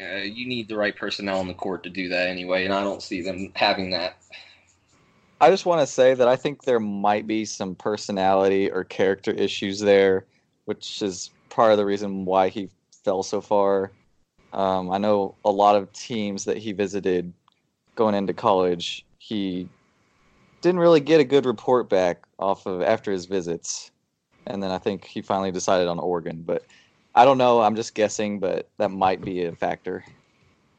Speaker 1: Uh, you need the right personnel on the court to do that anyway, and I don't see them having that.
Speaker 3: I just want to say that I think there might be some personality or character issues there, which is part of the reason why he fell so far. Um, I know a lot of teams that he visited going into college, he didn't really get a good report back off of after his visits. And then I think he finally decided on Oregon, but I don't know. I'm just guessing, but that might be a factor.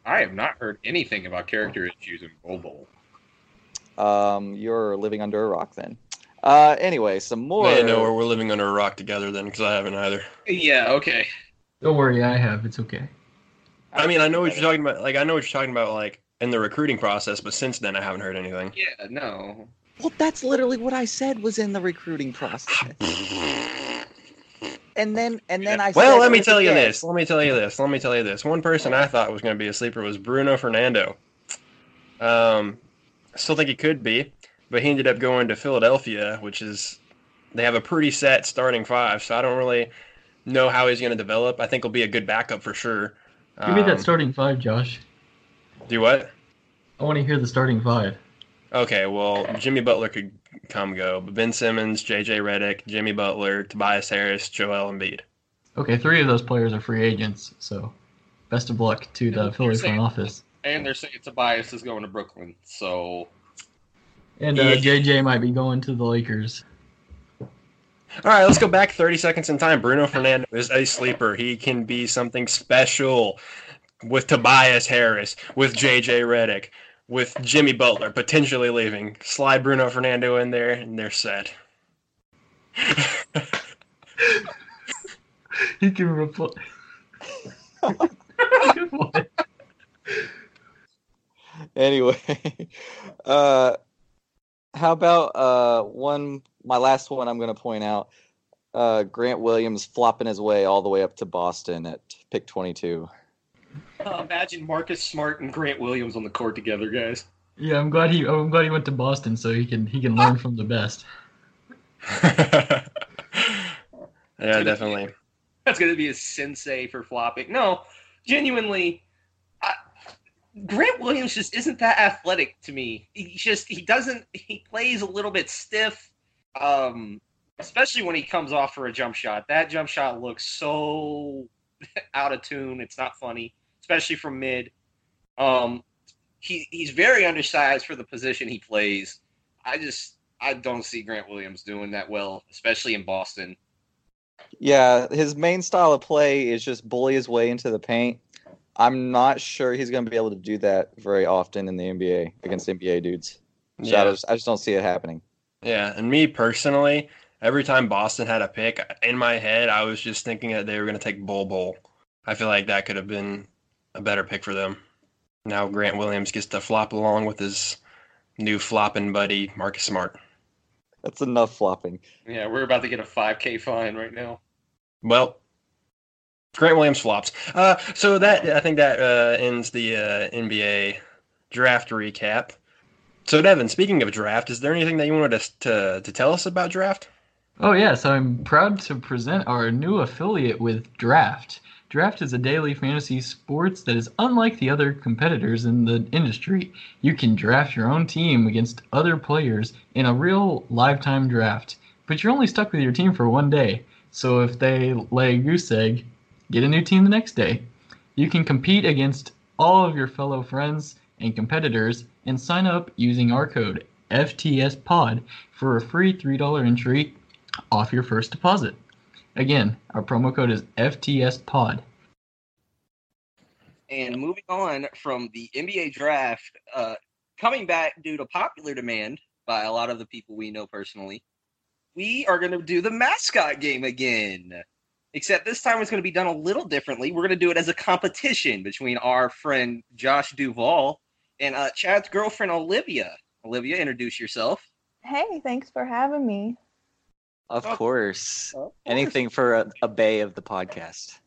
Speaker 5: I have not heard anything about character issues in Bowl Bowl.
Speaker 3: Um, you're living under a rock then. Uh, anyway, some more.
Speaker 2: I know where we're living under a rock together then, because I haven't either.
Speaker 5: Yeah, okay.
Speaker 4: Don't worry, I have. It's okay.
Speaker 2: I mean, I know what you're talking about. Like I know what you're talking about, like in the recruiting process, but since then I haven't heard anything.
Speaker 5: Yeah, no.
Speaker 3: Well, that's literally what I said was in the recruiting process. And then, and then I.
Speaker 2: Well,
Speaker 3: said
Speaker 2: let me
Speaker 3: it
Speaker 2: tell you
Speaker 3: again.
Speaker 2: this. Let me tell you this. Let me tell you this. One person I thought was going to be a sleeper was Bruno Fernando. Um, I still think he could be, but he ended up going to Philadelphia, which is they have a pretty set starting five. So I don't really know how he's going to develop. I think he'll be a good backup for sure.
Speaker 4: Give me
Speaker 2: Um,
Speaker 4: that starting five, Josh.
Speaker 2: Do what?
Speaker 4: I want to hear the starting five.
Speaker 2: Okay, well, Jimmy Butler could come go, but Ben Simmons, J.J. Redick, Jimmy Butler, Tobias Harris, Joel Embiid.
Speaker 4: Okay, three of those players are free agents, so best of luck to
Speaker 5: Yeah,
Speaker 4: the
Speaker 5: you're
Speaker 4: Philly
Speaker 5: saying-
Speaker 4: front office.
Speaker 5: And they're saying Tobias is going to Brooklyn, so
Speaker 4: And uh,
Speaker 2: Yeah.
Speaker 4: JJ might be going to the Lakers.
Speaker 2: All right, let's go back 30 seconds in time. Bruno Fernando is a sleeper. He can be something special with Tobias Harris, with JJ Redick, with Jimmy Butler potentially leaving. Slide Bruno Fernando in there, and they're set.
Speaker 4: He can reply.
Speaker 3: Anyway, uh, how about uh, one? My last one. I'm going to point out uh, Grant Williams flopping his way all the way up to Boston at pick 22.
Speaker 5: imagine Marcus Smart and Grant Williams on the court together, guys.
Speaker 4: yeah, I'm glad he. I'm glad he went to Boston so he can he can learn from the best.
Speaker 2: yeah, definitely.
Speaker 5: That's going to be a sensei for flopping. No, genuinely, I, Grant Williams just isn't that athletic to me. He just he doesn't he plays a little bit stiff, um, especially when he comes off for a jump shot. That jump shot looks so out of tune. It's not funny, especially from mid. Um, he he's very undersized for the position he plays. I just I don't see Grant Williams doing that well, especially in Boston.
Speaker 3: Yeah, his main style of play is just bully his way into the paint. I'm not sure he's going to be able to do that very often in the NBA against NBA dudes. So I,
Speaker 2: Yeah.
Speaker 3: just, I just don't see it happening.
Speaker 2: Yeah, and me personally, every time Boston had a pick, in my head, I was just thinking that they were going to take Bull Bull. I feel like that could have been a better pick for them. Now Grant Williams gets to flop along with his new flopping buddy, Marcus Smart.
Speaker 3: That's enough flopping.
Speaker 5: Yeah, we're about to get a 5K fine right now.
Speaker 2: Well, Grant Williams flops. Uh, so that I think that uh, ends the uh, NBA draft recap. So Devin, speaking of draft, is there anything that you wanted us to to tell us about draft?
Speaker 4: Oh, yes, I'm proud to present our new affiliate with Draft. Draft is a daily fantasy sports that is unlike the other competitors in the industry. You can draft your own team against other players in a real lifetime draft, but you're only stuck with your team for one day. So if they lay a goose egg, get a new team the next day. You can compete against all of your fellow friends and competitors and sign up using our code FTSPOD for a free $3 entry off your first deposit. Again, our promo code is FTSPOD.
Speaker 1: And moving on from the NBA draft, uh, coming back due to popular demand by a lot of the people we know personally, we are going to do the mascot game again. Except this time it's going to be done a little differently. We're going to do it as a competition between our friend Josh Duval and uh, Chad's girlfriend Olivia. Olivia, introduce yourself.
Speaker 6: Hey, thanks for having me.
Speaker 3: Of
Speaker 1: Oh.
Speaker 3: course.
Speaker 1: Of course.
Speaker 3: Anything for a, a bay of the podcast.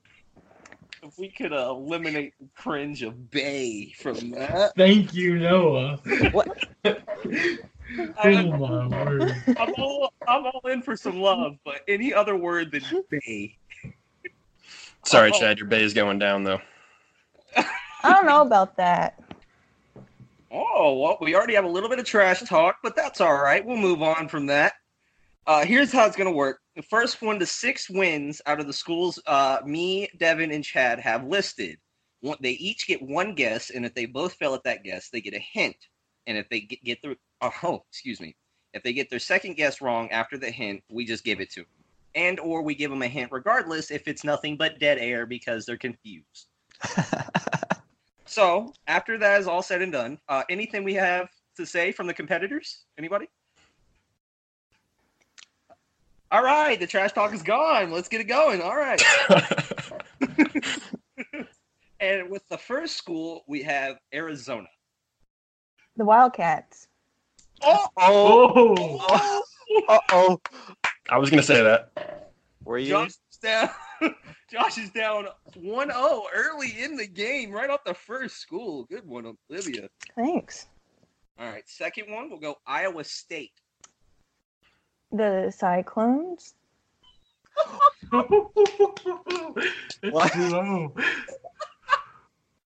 Speaker 1: If we could uh, eliminate the cringe of Bay from that.
Speaker 4: Thank you, Noah.
Speaker 3: What?
Speaker 4: oh my word.
Speaker 1: I'm all, I'm all in for some love, but any other word than Bay.
Speaker 2: Sorry,
Speaker 1: Oh.
Speaker 2: Chad, your bay is going down though.
Speaker 6: I don't know about that.
Speaker 1: Oh, well, we already have a little bit of trash talk, but that's all right. We'll move on from that. Uh, here's how it's going to work. The first one to six wins out of the schools uh, me, Devin, and Chad have listed. One, they each get one guess, and if they both fail at that guess, they get a hint. And if they get, get their oh, excuse me, if they get their second guess wrong after the hint, we just give it to them, and or we give them a hint regardless if it's nothing but dead air because they're confused. So after that is all said and done, uh, anything we have to say from the competitors? Anybody? All right, the trash talk is gone. Let's get it going. All right. and with the first school, we have Arizona.
Speaker 6: The Wildcats.
Speaker 1: Oh,
Speaker 4: Oh,
Speaker 3: Uh oh.
Speaker 2: I was gonna say that.
Speaker 3: Were you?
Speaker 1: Josh is down. Josh is down 1-0 early in the game, right off the first school. Good one, Olivia.
Speaker 6: Thanks.
Speaker 1: All right, second one, we'll go Iowa State.
Speaker 6: The Cyclones.
Speaker 4: That's
Speaker 3: What?
Speaker 4: low.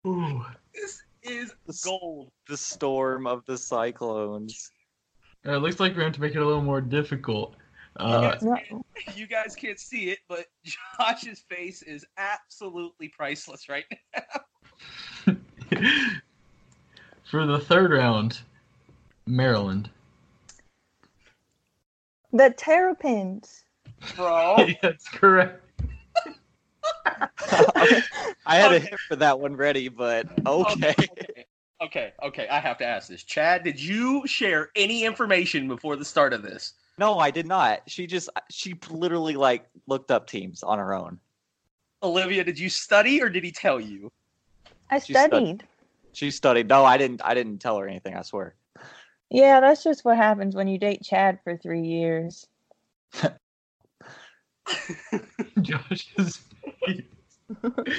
Speaker 4: Ooh.
Speaker 1: This is
Speaker 3: The s-
Speaker 1: gold.
Speaker 3: the storm of the cyclones.
Speaker 4: Uh, it looks like we're going to make it a little more difficult. Uh,
Speaker 6: No.
Speaker 1: you guys can't see it, but Josh's face is absolutely priceless right now.
Speaker 4: for the third round, Maryland.
Speaker 6: The Terrapins.
Speaker 1: Bro,
Speaker 4: That's correct.
Speaker 3: I had a hit for that one ready, but okay.
Speaker 1: okay, okay, I have to ask this. Chad, did you share any information before the start of this?
Speaker 3: No, I did not. She just she literally like looked up teams on her own.
Speaker 1: Olivia, did you study or did he tell you?
Speaker 6: I
Speaker 3: She stud-
Speaker 6: studied.
Speaker 3: She studied. No, I didn't. I didn't tell her anything. I swear.
Speaker 6: Yeah, that's just what happens when you date Chad for three years.
Speaker 4: Josh is.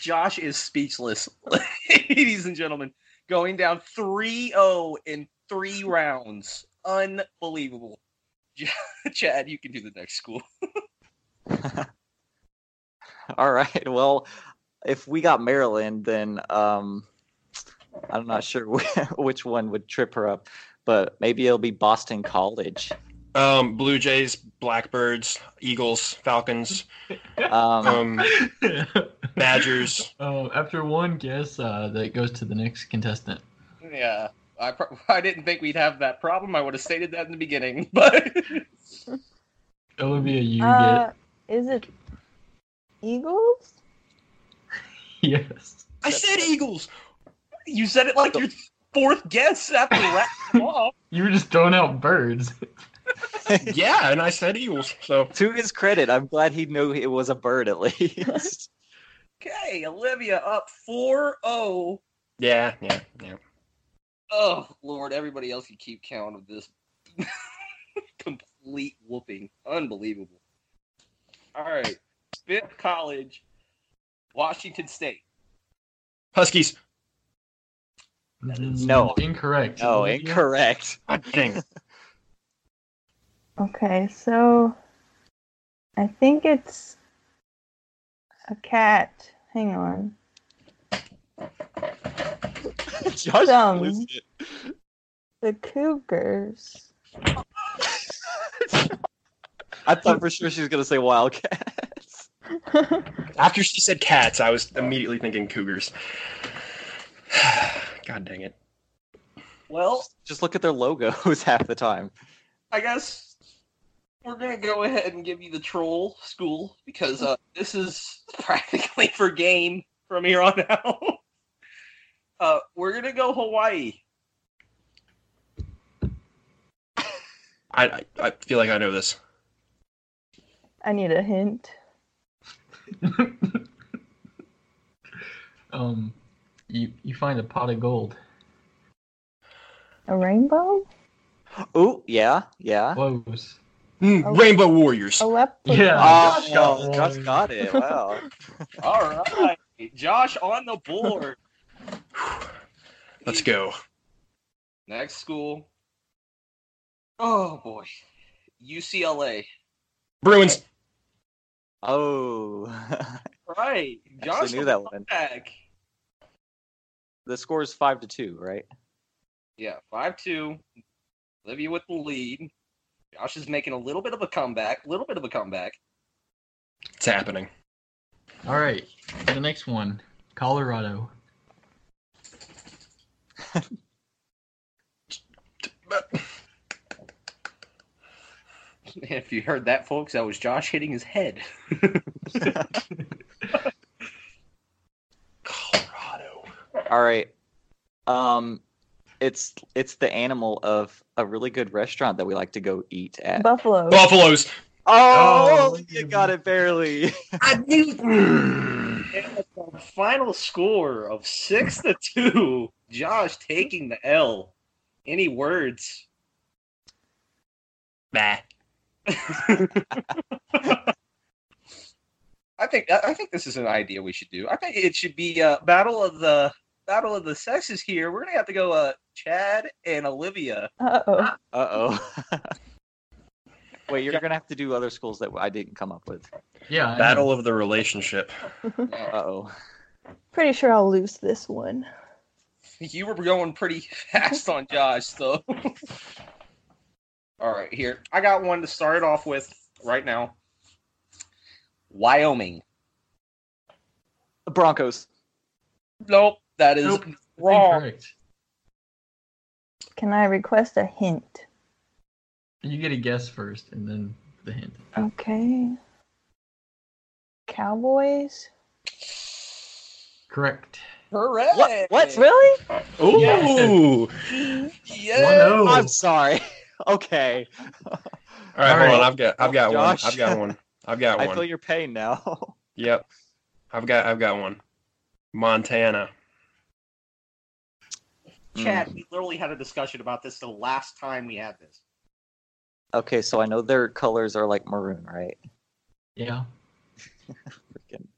Speaker 1: Josh is speechless. Ladies and gentlemen, going down 3 0 in three rounds. Unbelievable. Chad, you can do the next school.
Speaker 3: All right. Well, if we got Maryland, then um, I'm not sure wh- which one would trip her up, but maybe it'll be Boston College.
Speaker 2: Um, Blue Jays, Blackbirds, Eagles, Falcons,
Speaker 3: Um,
Speaker 2: um, Badgers.
Speaker 4: Uh, after one guess, uh, that goes to the next contestant.
Speaker 1: Yeah, I pro- I didn't think we'd have that problem. I would have stated that in the beginning, but
Speaker 4: Olivia, you
Speaker 6: Uh, is it Eagles?
Speaker 4: get yes.
Speaker 2: I said Eagles.
Speaker 1: you said it like your fourth guess after wrapping off.
Speaker 4: You were just throwing out birds.
Speaker 2: Yeah, and I said Eagles. So
Speaker 3: to his credit, I'm glad he knew it was a bird at least.
Speaker 1: Okay, Olivia up oh. 4-0.
Speaker 2: yeah, yeah, yeah.
Speaker 1: Oh Lord, everybody else can keep count of this complete whooping. Unbelievable. All right, fifth college, Washington State.
Speaker 2: Huskies.
Speaker 3: No.
Speaker 4: Incorrect.
Speaker 3: no,
Speaker 4: Olivia.
Speaker 3: incorrect.
Speaker 2: God dang. it.
Speaker 6: Okay, so I think it's a cat. Hang on.
Speaker 3: Josh
Speaker 6: Dumb.
Speaker 3: loses it.
Speaker 6: The Cougars.
Speaker 3: I thought for sure she was gonna say Wildcats.
Speaker 2: After she said cats, I was immediately thinking Cougars. God dang it.
Speaker 1: Well,
Speaker 3: Just look at their logos half the time.
Speaker 1: I guess we're gonna go ahead and give you the troll school because uh, this is practically for game from here on out. Uh, we're gonna go Hawaii.
Speaker 2: I, I I feel like I know this.
Speaker 6: I need a hint.
Speaker 4: um, you you find a pot of gold.
Speaker 6: A rainbow?
Speaker 3: Ooh, yeah, yeah.
Speaker 4: Close.
Speaker 2: Mm,
Speaker 6: Oh.
Speaker 2: Rainbow Warriors.
Speaker 6: A leprechaun.
Speaker 4: Yeah.
Speaker 3: Oh,
Speaker 4: Josh
Speaker 3: Josh
Speaker 4: got
Speaker 3: got,
Speaker 4: one.
Speaker 3: it. Wow.
Speaker 1: All right, Josh on the board.
Speaker 2: Let's go.
Speaker 1: Next school. Oh boy, UCLA.
Speaker 2: Bruins.
Speaker 3: oh,
Speaker 1: All Right,
Speaker 3: actually
Speaker 1: Josh
Speaker 3: knew
Speaker 1: on
Speaker 3: that
Speaker 1: the
Speaker 3: one.
Speaker 1: back.
Speaker 3: The score is five to two, right?
Speaker 1: Yeah, five two. Olivia with the lead. Josh is making a little bit of a comeback. Little bit of a comeback.
Speaker 2: It's happening.
Speaker 4: All right. The next one, Colorado.
Speaker 1: If you heard that, folks, that was Josh hitting his head.
Speaker 2: Colorado.
Speaker 3: All right. Um, it's it's the animal of a really good restaurant that we like to go eat at.
Speaker 6: Buffalo.
Speaker 2: Buffaloes.
Speaker 4: Oh,
Speaker 3: Oh, you
Speaker 4: you-
Speaker 3: got it barely.
Speaker 2: I knew. Mm.
Speaker 1: Final score of six to two. Josh taking the L. Any words?
Speaker 2: Bah.
Speaker 1: I think I I think this is an idea we should do. I think it should be uh, battle of the battle of the sexes here. We're gonna have to go uh, Chad and Olivia.
Speaker 6: Uh oh.
Speaker 3: Uh oh. Wait, you're gonna have to do other schools that I didn't come up with.
Speaker 4: Yeah. I know.
Speaker 2: Battle of the relationship.
Speaker 3: Uh oh.
Speaker 6: Pretty sure I'll lose this one.
Speaker 1: You were going pretty fast on Josh, though. All right, here I got one to start it off with right now. Wyoming.
Speaker 3: Broncos.
Speaker 1: Nope, that is
Speaker 4: Nope.
Speaker 1: wrong.
Speaker 4: Incorrect.
Speaker 6: Can I request a hint?
Speaker 4: You get a guess first, and then the hint.
Speaker 3: Oh.
Speaker 6: Okay. Cowboys?
Speaker 4: Correct.
Speaker 1: Correct.
Speaker 3: What? What?
Speaker 6: Really?
Speaker 2: Ooh.
Speaker 1: Yeah.
Speaker 4: One-oh.
Speaker 3: I'm sorry. okay.
Speaker 2: All right,
Speaker 4: All
Speaker 2: hold
Speaker 4: right.
Speaker 2: on. I've got. I've got one.
Speaker 3: Josh.
Speaker 2: I've got one. I've got
Speaker 3: I
Speaker 2: one.
Speaker 3: feel your pain now.
Speaker 2: Yep. I've got. I've got one. Montana.
Speaker 3: oh.
Speaker 1: Chad, we literally had a discussion about this the last time we had this.
Speaker 3: Okay, so I know their colors are like maroon, right?
Speaker 4: Yeah.
Speaker 3: Freaking.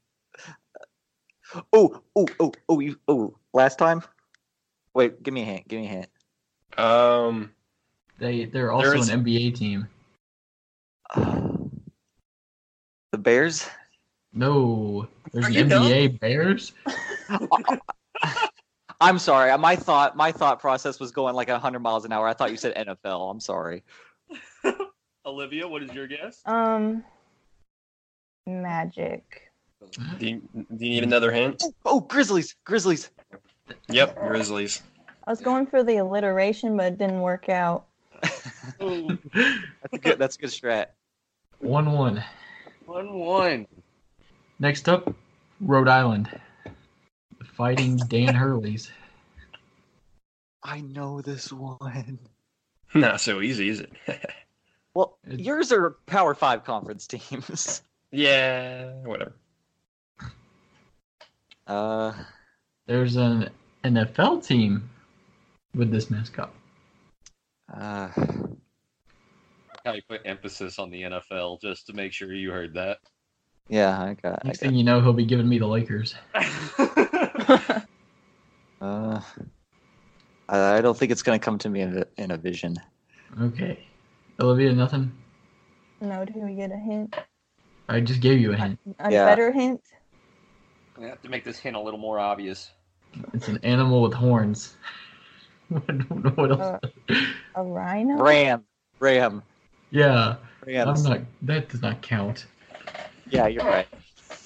Speaker 3: Oh, oh, oh, oh, you, oh. Last time? Wait, give me a hint. Give me a hint.
Speaker 2: Um.
Speaker 4: They they're also
Speaker 2: is-
Speaker 4: an NBA team.
Speaker 3: the Bears?
Speaker 4: No, there's
Speaker 1: Are
Speaker 4: an
Speaker 1: you
Speaker 4: NBA Bears.
Speaker 3: I'm sorry. My thought my thought process was going like 100 miles an hour. I thought you said NFL. I'm sorry.
Speaker 1: Olivia, what is your guess?
Speaker 6: Um, magic.
Speaker 2: Do you, do you need another hint?
Speaker 3: Oh, Grizzlies. Grizzlies.
Speaker 2: Yep. Grizzlies.
Speaker 6: I was going for the alliteration, but it didn't work out.
Speaker 1: Ooh,
Speaker 3: That's a good that's a good strat.
Speaker 4: One one.
Speaker 1: one one.
Speaker 4: Next up, Rhode Island. Fighting Dan Hurley's.
Speaker 3: I know this one.
Speaker 2: Not so easy, is it?
Speaker 3: Well,
Speaker 4: It-
Speaker 3: yours are Power 5 conference teams.
Speaker 2: yeah. Whatever.
Speaker 3: Uh
Speaker 4: There's an NFL team with this mascot.
Speaker 3: uh
Speaker 1: How you put emphasis on the NFL just to make sure you heard that.
Speaker 3: yeah, I got, I
Speaker 4: Next
Speaker 3: got
Speaker 4: thing you know, he'll be giving me the Lakers.
Speaker 3: uh I I don't think it's going to come to me in a, in a vision.
Speaker 4: Okay. Olivia, nothing.
Speaker 6: No, do we get a hint?
Speaker 4: I just gave you a hint.
Speaker 6: A
Speaker 3: Yeah.
Speaker 6: better hint?
Speaker 1: I have to make this hint a little more obvious.
Speaker 4: It's an animal with horns. I don't know what else.
Speaker 6: A rhino?
Speaker 3: Ram. Ram.
Speaker 4: Yeah, I'm
Speaker 3: Rams.
Speaker 4: not. That does not count.
Speaker 3: Yeah, you're right.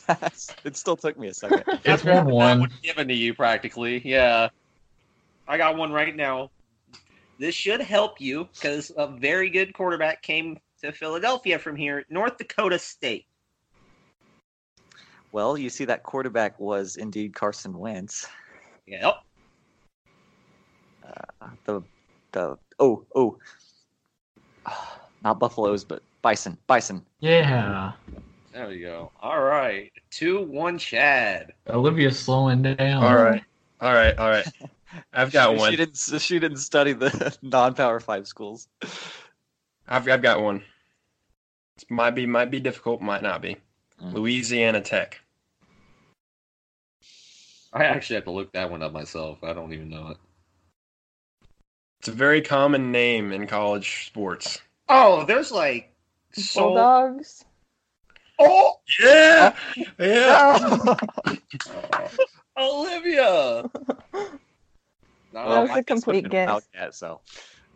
Speaker 3: it still took me a second.
Speaker 4: It's one one.
Speaker 1: Given to you practically, yeah. I got one right now. This should help you because a very good quarterback came to Philadelphia from here, North Dakota State.
Speaker 3: Well, you see, that quarterback was indeed Carson Wentz.
Speaker 1: Yep.
Speaker 3: The, the oh oh, not buffaloes, but bison, bison.
Speaker 4: Yeah,
Speaker 1: There we go. All right. Two one Chad.
Speaker 4: Olivia's slowing down.
Speaker 2: All right. All right, all right. I've got
Speaker 3: she,
Speaker 2: one.
Speaker 3: She didn't. She didn't study the non-power five schools.
Speaker 2: I've I've got one. It might be might be difficult, might not be.
Speaker 3: Mm.
Speaker 2: Louisiana Tech.
Speaker 5: I actually have to look that one up myself. I don't even know it.
Speaker 2: It's a very common name in college sports.
Speaker 5: Oh, there's like so.
Speaker 6: Bulldogs.
Speaker 5: Oh,
Speaker 2: Yeah, yeah.
Speaker 5: Olivia. No,
Speaker 6: That was
Speaker 3: my
Speaker 6: a
Speaker 3: would've
Speaker 6: complete
Speaker 3: been
Speaker 6: guess.
Speaker 3: Wildcat, so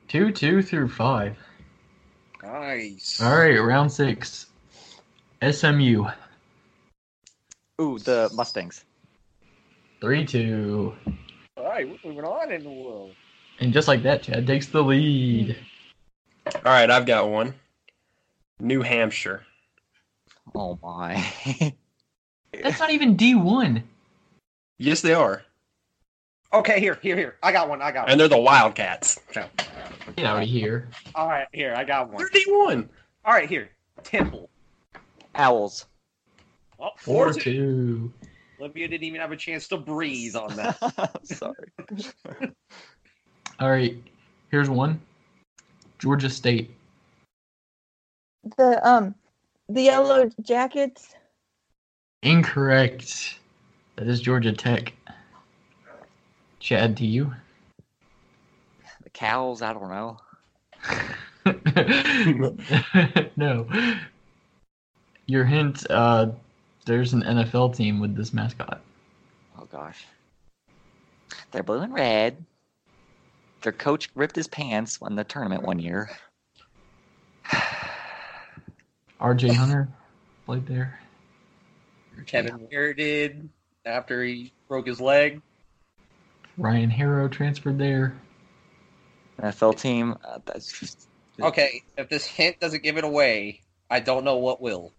Speaker 4: Two, two through five.
Speaker 5: nice.
Speaker 4: All right, round six. SMU.
Speaker 3: ooh, the Mustangs.
Speaker 4: Three, two.
Speaker 5: All right, we're moving on in the world.
Speaker 4: And just like that, Chad takes the lead.
Speaker 2: All right, I've got one. New Hampshire.
Speaker 3: Oh my.
Speaker 4: That's not even D1.
Speaker 2: Yes, they are,
Speaker 5: Okay, here, here, here. I got one. I got one.
Speaker 2: and they're the Wildcats. So,
Speaker 4: Get out of here.
Speaker 5: All right, here, I got one.
Speaker 2: They're D one.
Speaker 5: All right, here. Temple.
Speaker 3: Owls.
Speaker 5: Oh,
Speaker 4: Four,
Speaker 5: two.
Speaker 4: two.
Speaker 5: Olivia didn't even have a chance to breathe on that.
Speaker 3: Sorry.
Speaker 4: All right, here's one. Georgia State.
Speaker 6: The um, the Yellow Jackets.
Speaker 4: Incorrect. That is Georgia Tech. Chad, to you.
Speaker 3: The cows. I don't know.
Speaker 4: no. Your hint, uh, there's an NFL team with this mascot.
Speaker 3: Oh gosh. They're blue and red. Their coach ripped his pants on the tournament one year.
Speaker 4: RJ Hunter played there.
Speaker 5: Kevin Ware did after he broke his leg.
Speaker 4: Ryan Harrow transferred there.
Speaker 3: NFL team. Uh, that's
Speaker 5: Okay, if this hint doesn't give it away, I don't know what will.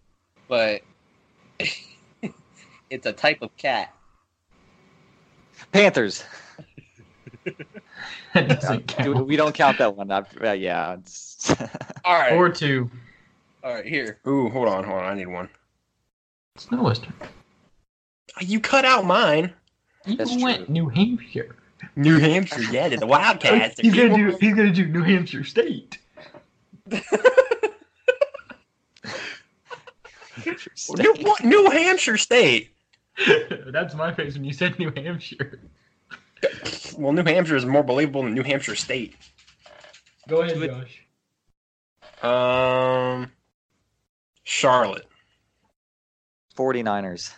Speaker 5: But it's a type of cat.
Speaker 3: Panthers.
Speaker 4: That doesn't
Speaker 3: Do-
Speaker 4: count.
Speaker 3: we don't count that one. I, uh, yeah. it's-
Speaker 5: All right,
Speaker 4: Four two.
Speaker 5: all right, here.
Speaker 2: Ooh, hold on, hold on. I need one.
Speaker 4: It's no Western.
Speaker 2: You cut out mine.
Speaker 4: You
Speaker 3: That's
Speaker 4: went
Speaker 3: true.
Speaker 4: New Hampshire.
Speaker 2: New Hampshire. Yeah, they're the Wildcats.
Speaker 4: he's gonna do. He's gonna do New Hampshire State.
Speaker 2: New, what? New Hampshire State.
Speaker 4: That's my face when you said New Hampshire.
Speaker 2: Well, New Hampshire is more believable than New Hampshire State.
Speaker 4: Go ahead, Josh.
Speaker 2: Um, Charlotte.
Speaker 3: 49ers.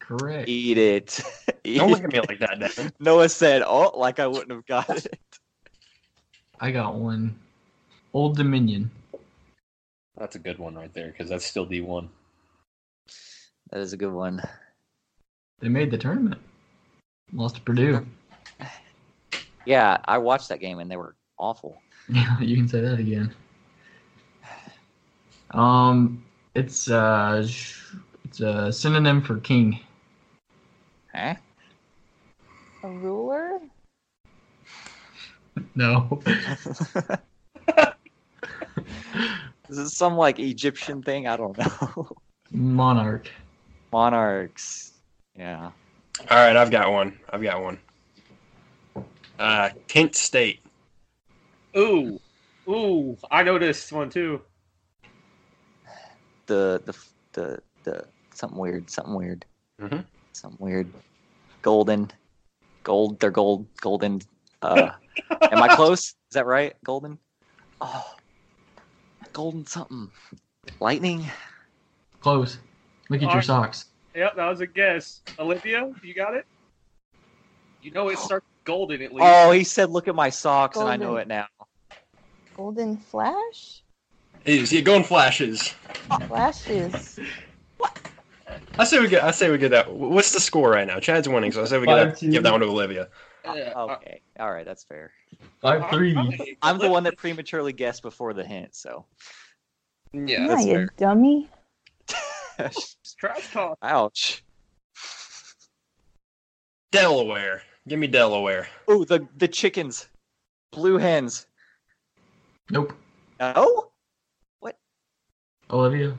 Speaker 4: Correct.
Speaker 3: Eat it. Eat
Speaker 2: Don't look
Speaker 3: it.
Speaker 2: at me like that, Devin.
Speaker 3: Noah said, "Oh, like I wouldn't have got it."
Speaker 4: I got one. Old Dominion.
Speaker 5: That's a good one right there because that's still D1.
Speaker 3: That is a good one.
Speaker 4: They made the tournament. Lost to Purdue.
Speaker 3: Yeah, I watched that game and they were awful.
Speaker 4: Yeah, you can say that again. Um, it's uh, sh- it's a synonym for king.
Speaker 3: Huh?
Speaker 6: A ruler.
Speaker 4: No,
Speaker 3: Is it some like Egyptian thing? I don't know.
Speaker 4: monarch.
Speaker 3: Monarchs. Yeah.
Speaker 2: All right, I've got one. I've got one. Uh, Kent State.
Speaker 5: Ooh, ooh, I know this one too.
Speaker 3: The the the the something weird. Something weird.
Speaker 5: Mm-hmm.
Speaker 2: Mhm.
Speaker 3: Something weird. Golden. Gold. They're gold. Golden. Uh, am I close? Is that right? Golden. Oh. Golden something. Lightning.
Speaker 4: Close. Look at your
Speaker 5: Alright.
Speaker 4: socks.
Speaker 5: Yep, that was a guess. Olivia, you got it? You know it starts golden at least.
Speaker 3: Oh, he said, "Look at my socks," and I know
Speaker 6: Golden.
Speaker 3: it now.
Speaker 6: Golden Flash.
Speaker 2: Is he going flashes?
Speaker 6: Flashes.
Speaker 2: I say we get. I say we get that. What's the score right now? Chad's winning, so I say we get
Speaker 4: Five,
Speaker 2: that,
Speaker 4: two.
Speaker 2: give that one to Olivia.
Speaker 3: Oh,
Speaker 5: Yeah, uh,
Speaker 3: Okay. All right, that's fair.
Speaker 4: Five three.
Speaker 5: okay,
Speaker 3: I'm the
Speaker 5: Olivia-
Speaker 3: one that prematurely guessed before the hint, so
Speaker 5: Yeah,
Speaker 6: yeah,
Speaker 3: that's
Speaker 6: you
Speaker 3: fair.
Speaker 6: dummy.
Speaker 5: trash talk.
Speaker 3: ouch.
Speaker 2: Delaware. Give me Delaware.
Speaker 3: Oh, the the chickens, blue hens.
Speaker 4: Nope.
Speaker 3: No,
Speaker 4: Olivia.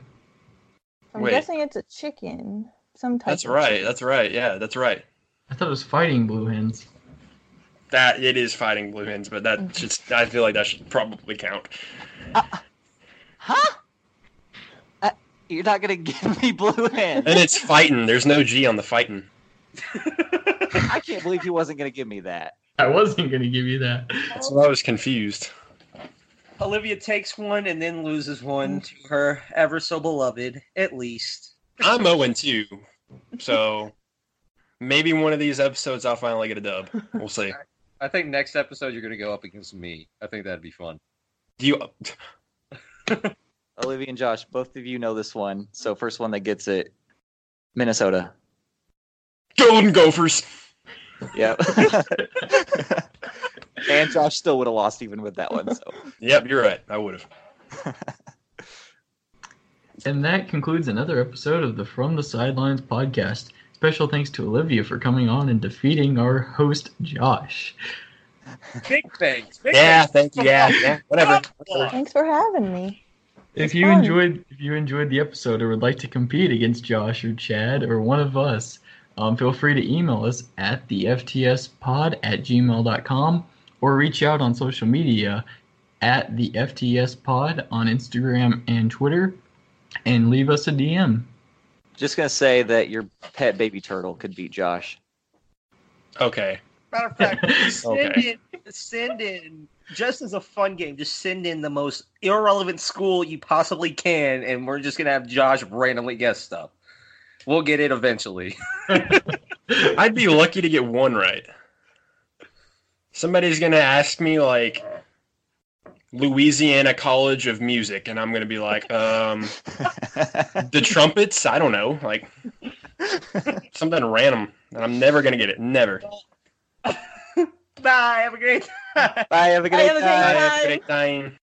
Speaker 6: I'm
Speaker 2: Wait.
Speaker 6: guessing it's a chicken. Some type.
Speaker 2: That's
Speaker 6: of
Speaker 2: right.
Speaker 6: chicken.
Speaker 2: That's right. Yeah, that's right.
Speaker 4: I thought it was fighting blue hens.
Speaker 2: That it is fighting blue hens, but that should I feel like that should probably count.
Speaker 3: Huh? Uh, you're not gonna give me blue hand.
Speaker 2: And it's fighting. There's no G on the fighting.
Speaker 3: I can't believe he wasn't gonna give me that.
Speaker 4: I wasn't gonna give you that.
Speaker 2: That's why I was confused.
Speaker 5: Olivia takes one and then loses one to her ever so beloved, at least.
Speaker 2: I'm 0 and 2, so maybe one of these episodes I'll finally get a dub. We'll see.
Speaker 7: I think next episode you're going to go up against me. I think that'd be fun.
Speaker 2: Do you?
Speaker 3: Olivia and Josh, both of you know this one. So first one that gets it, Minnesota.
Speaker 2: Golden Gophers.
Speaker 3: Yep. and Josh still would have lost even with that one. So
Speaker 2: Yep, you're right. I would have.
Speaker 4: And that concludes another episode of the From the Sidelines podcast. Special thanks to Olivia for coming on and defeating our host, Josh.
Speaker 5: Big thanks. Big
Speaker 2: Yeah,
Speaker 5: thanks.
Speaker 2: thank you. Yeah, yeah, whatever.
Speaker 6: Thanks for having me.
Speaker 4: If you
Speaker 6: fun.
Speaker 4: enjoyed if you enjoyed the episode or would like to compete against Josh or Chad or one of us, um, feel free to email us at the FTSpod at gmail.com or reach out on social media at the FTSpod on Instagram and Twitter and leave us a DM.
Speaker 3: just gonna say that your pet baby turtle could beat Josh.
Speaker 2: Okay.
Speaker 5: Matter of fact, send
Speaker 2: Okay.
Speaker 5: in, send in, just as a fun game, just send in the most irrelevant school you possibly can, and we're just gonna have Josh randomly guess stuff.
Speaker 7: We'll get it eventually.
Speaker 2: I'd be lucky to get one right. Somebody's gonna ask me like Louisiana College of Music, and I'm gonna be like, um, the trumpets. I don't know, like something random, and I'm never gonna get it. Never.
Speaker 5: Bye. Have a great
Speaker 3: Bye. Have a good
Speaker 6: Have a
Speaker 3: night.
Speaker 6: great night.
Speaker 2: Have a great time.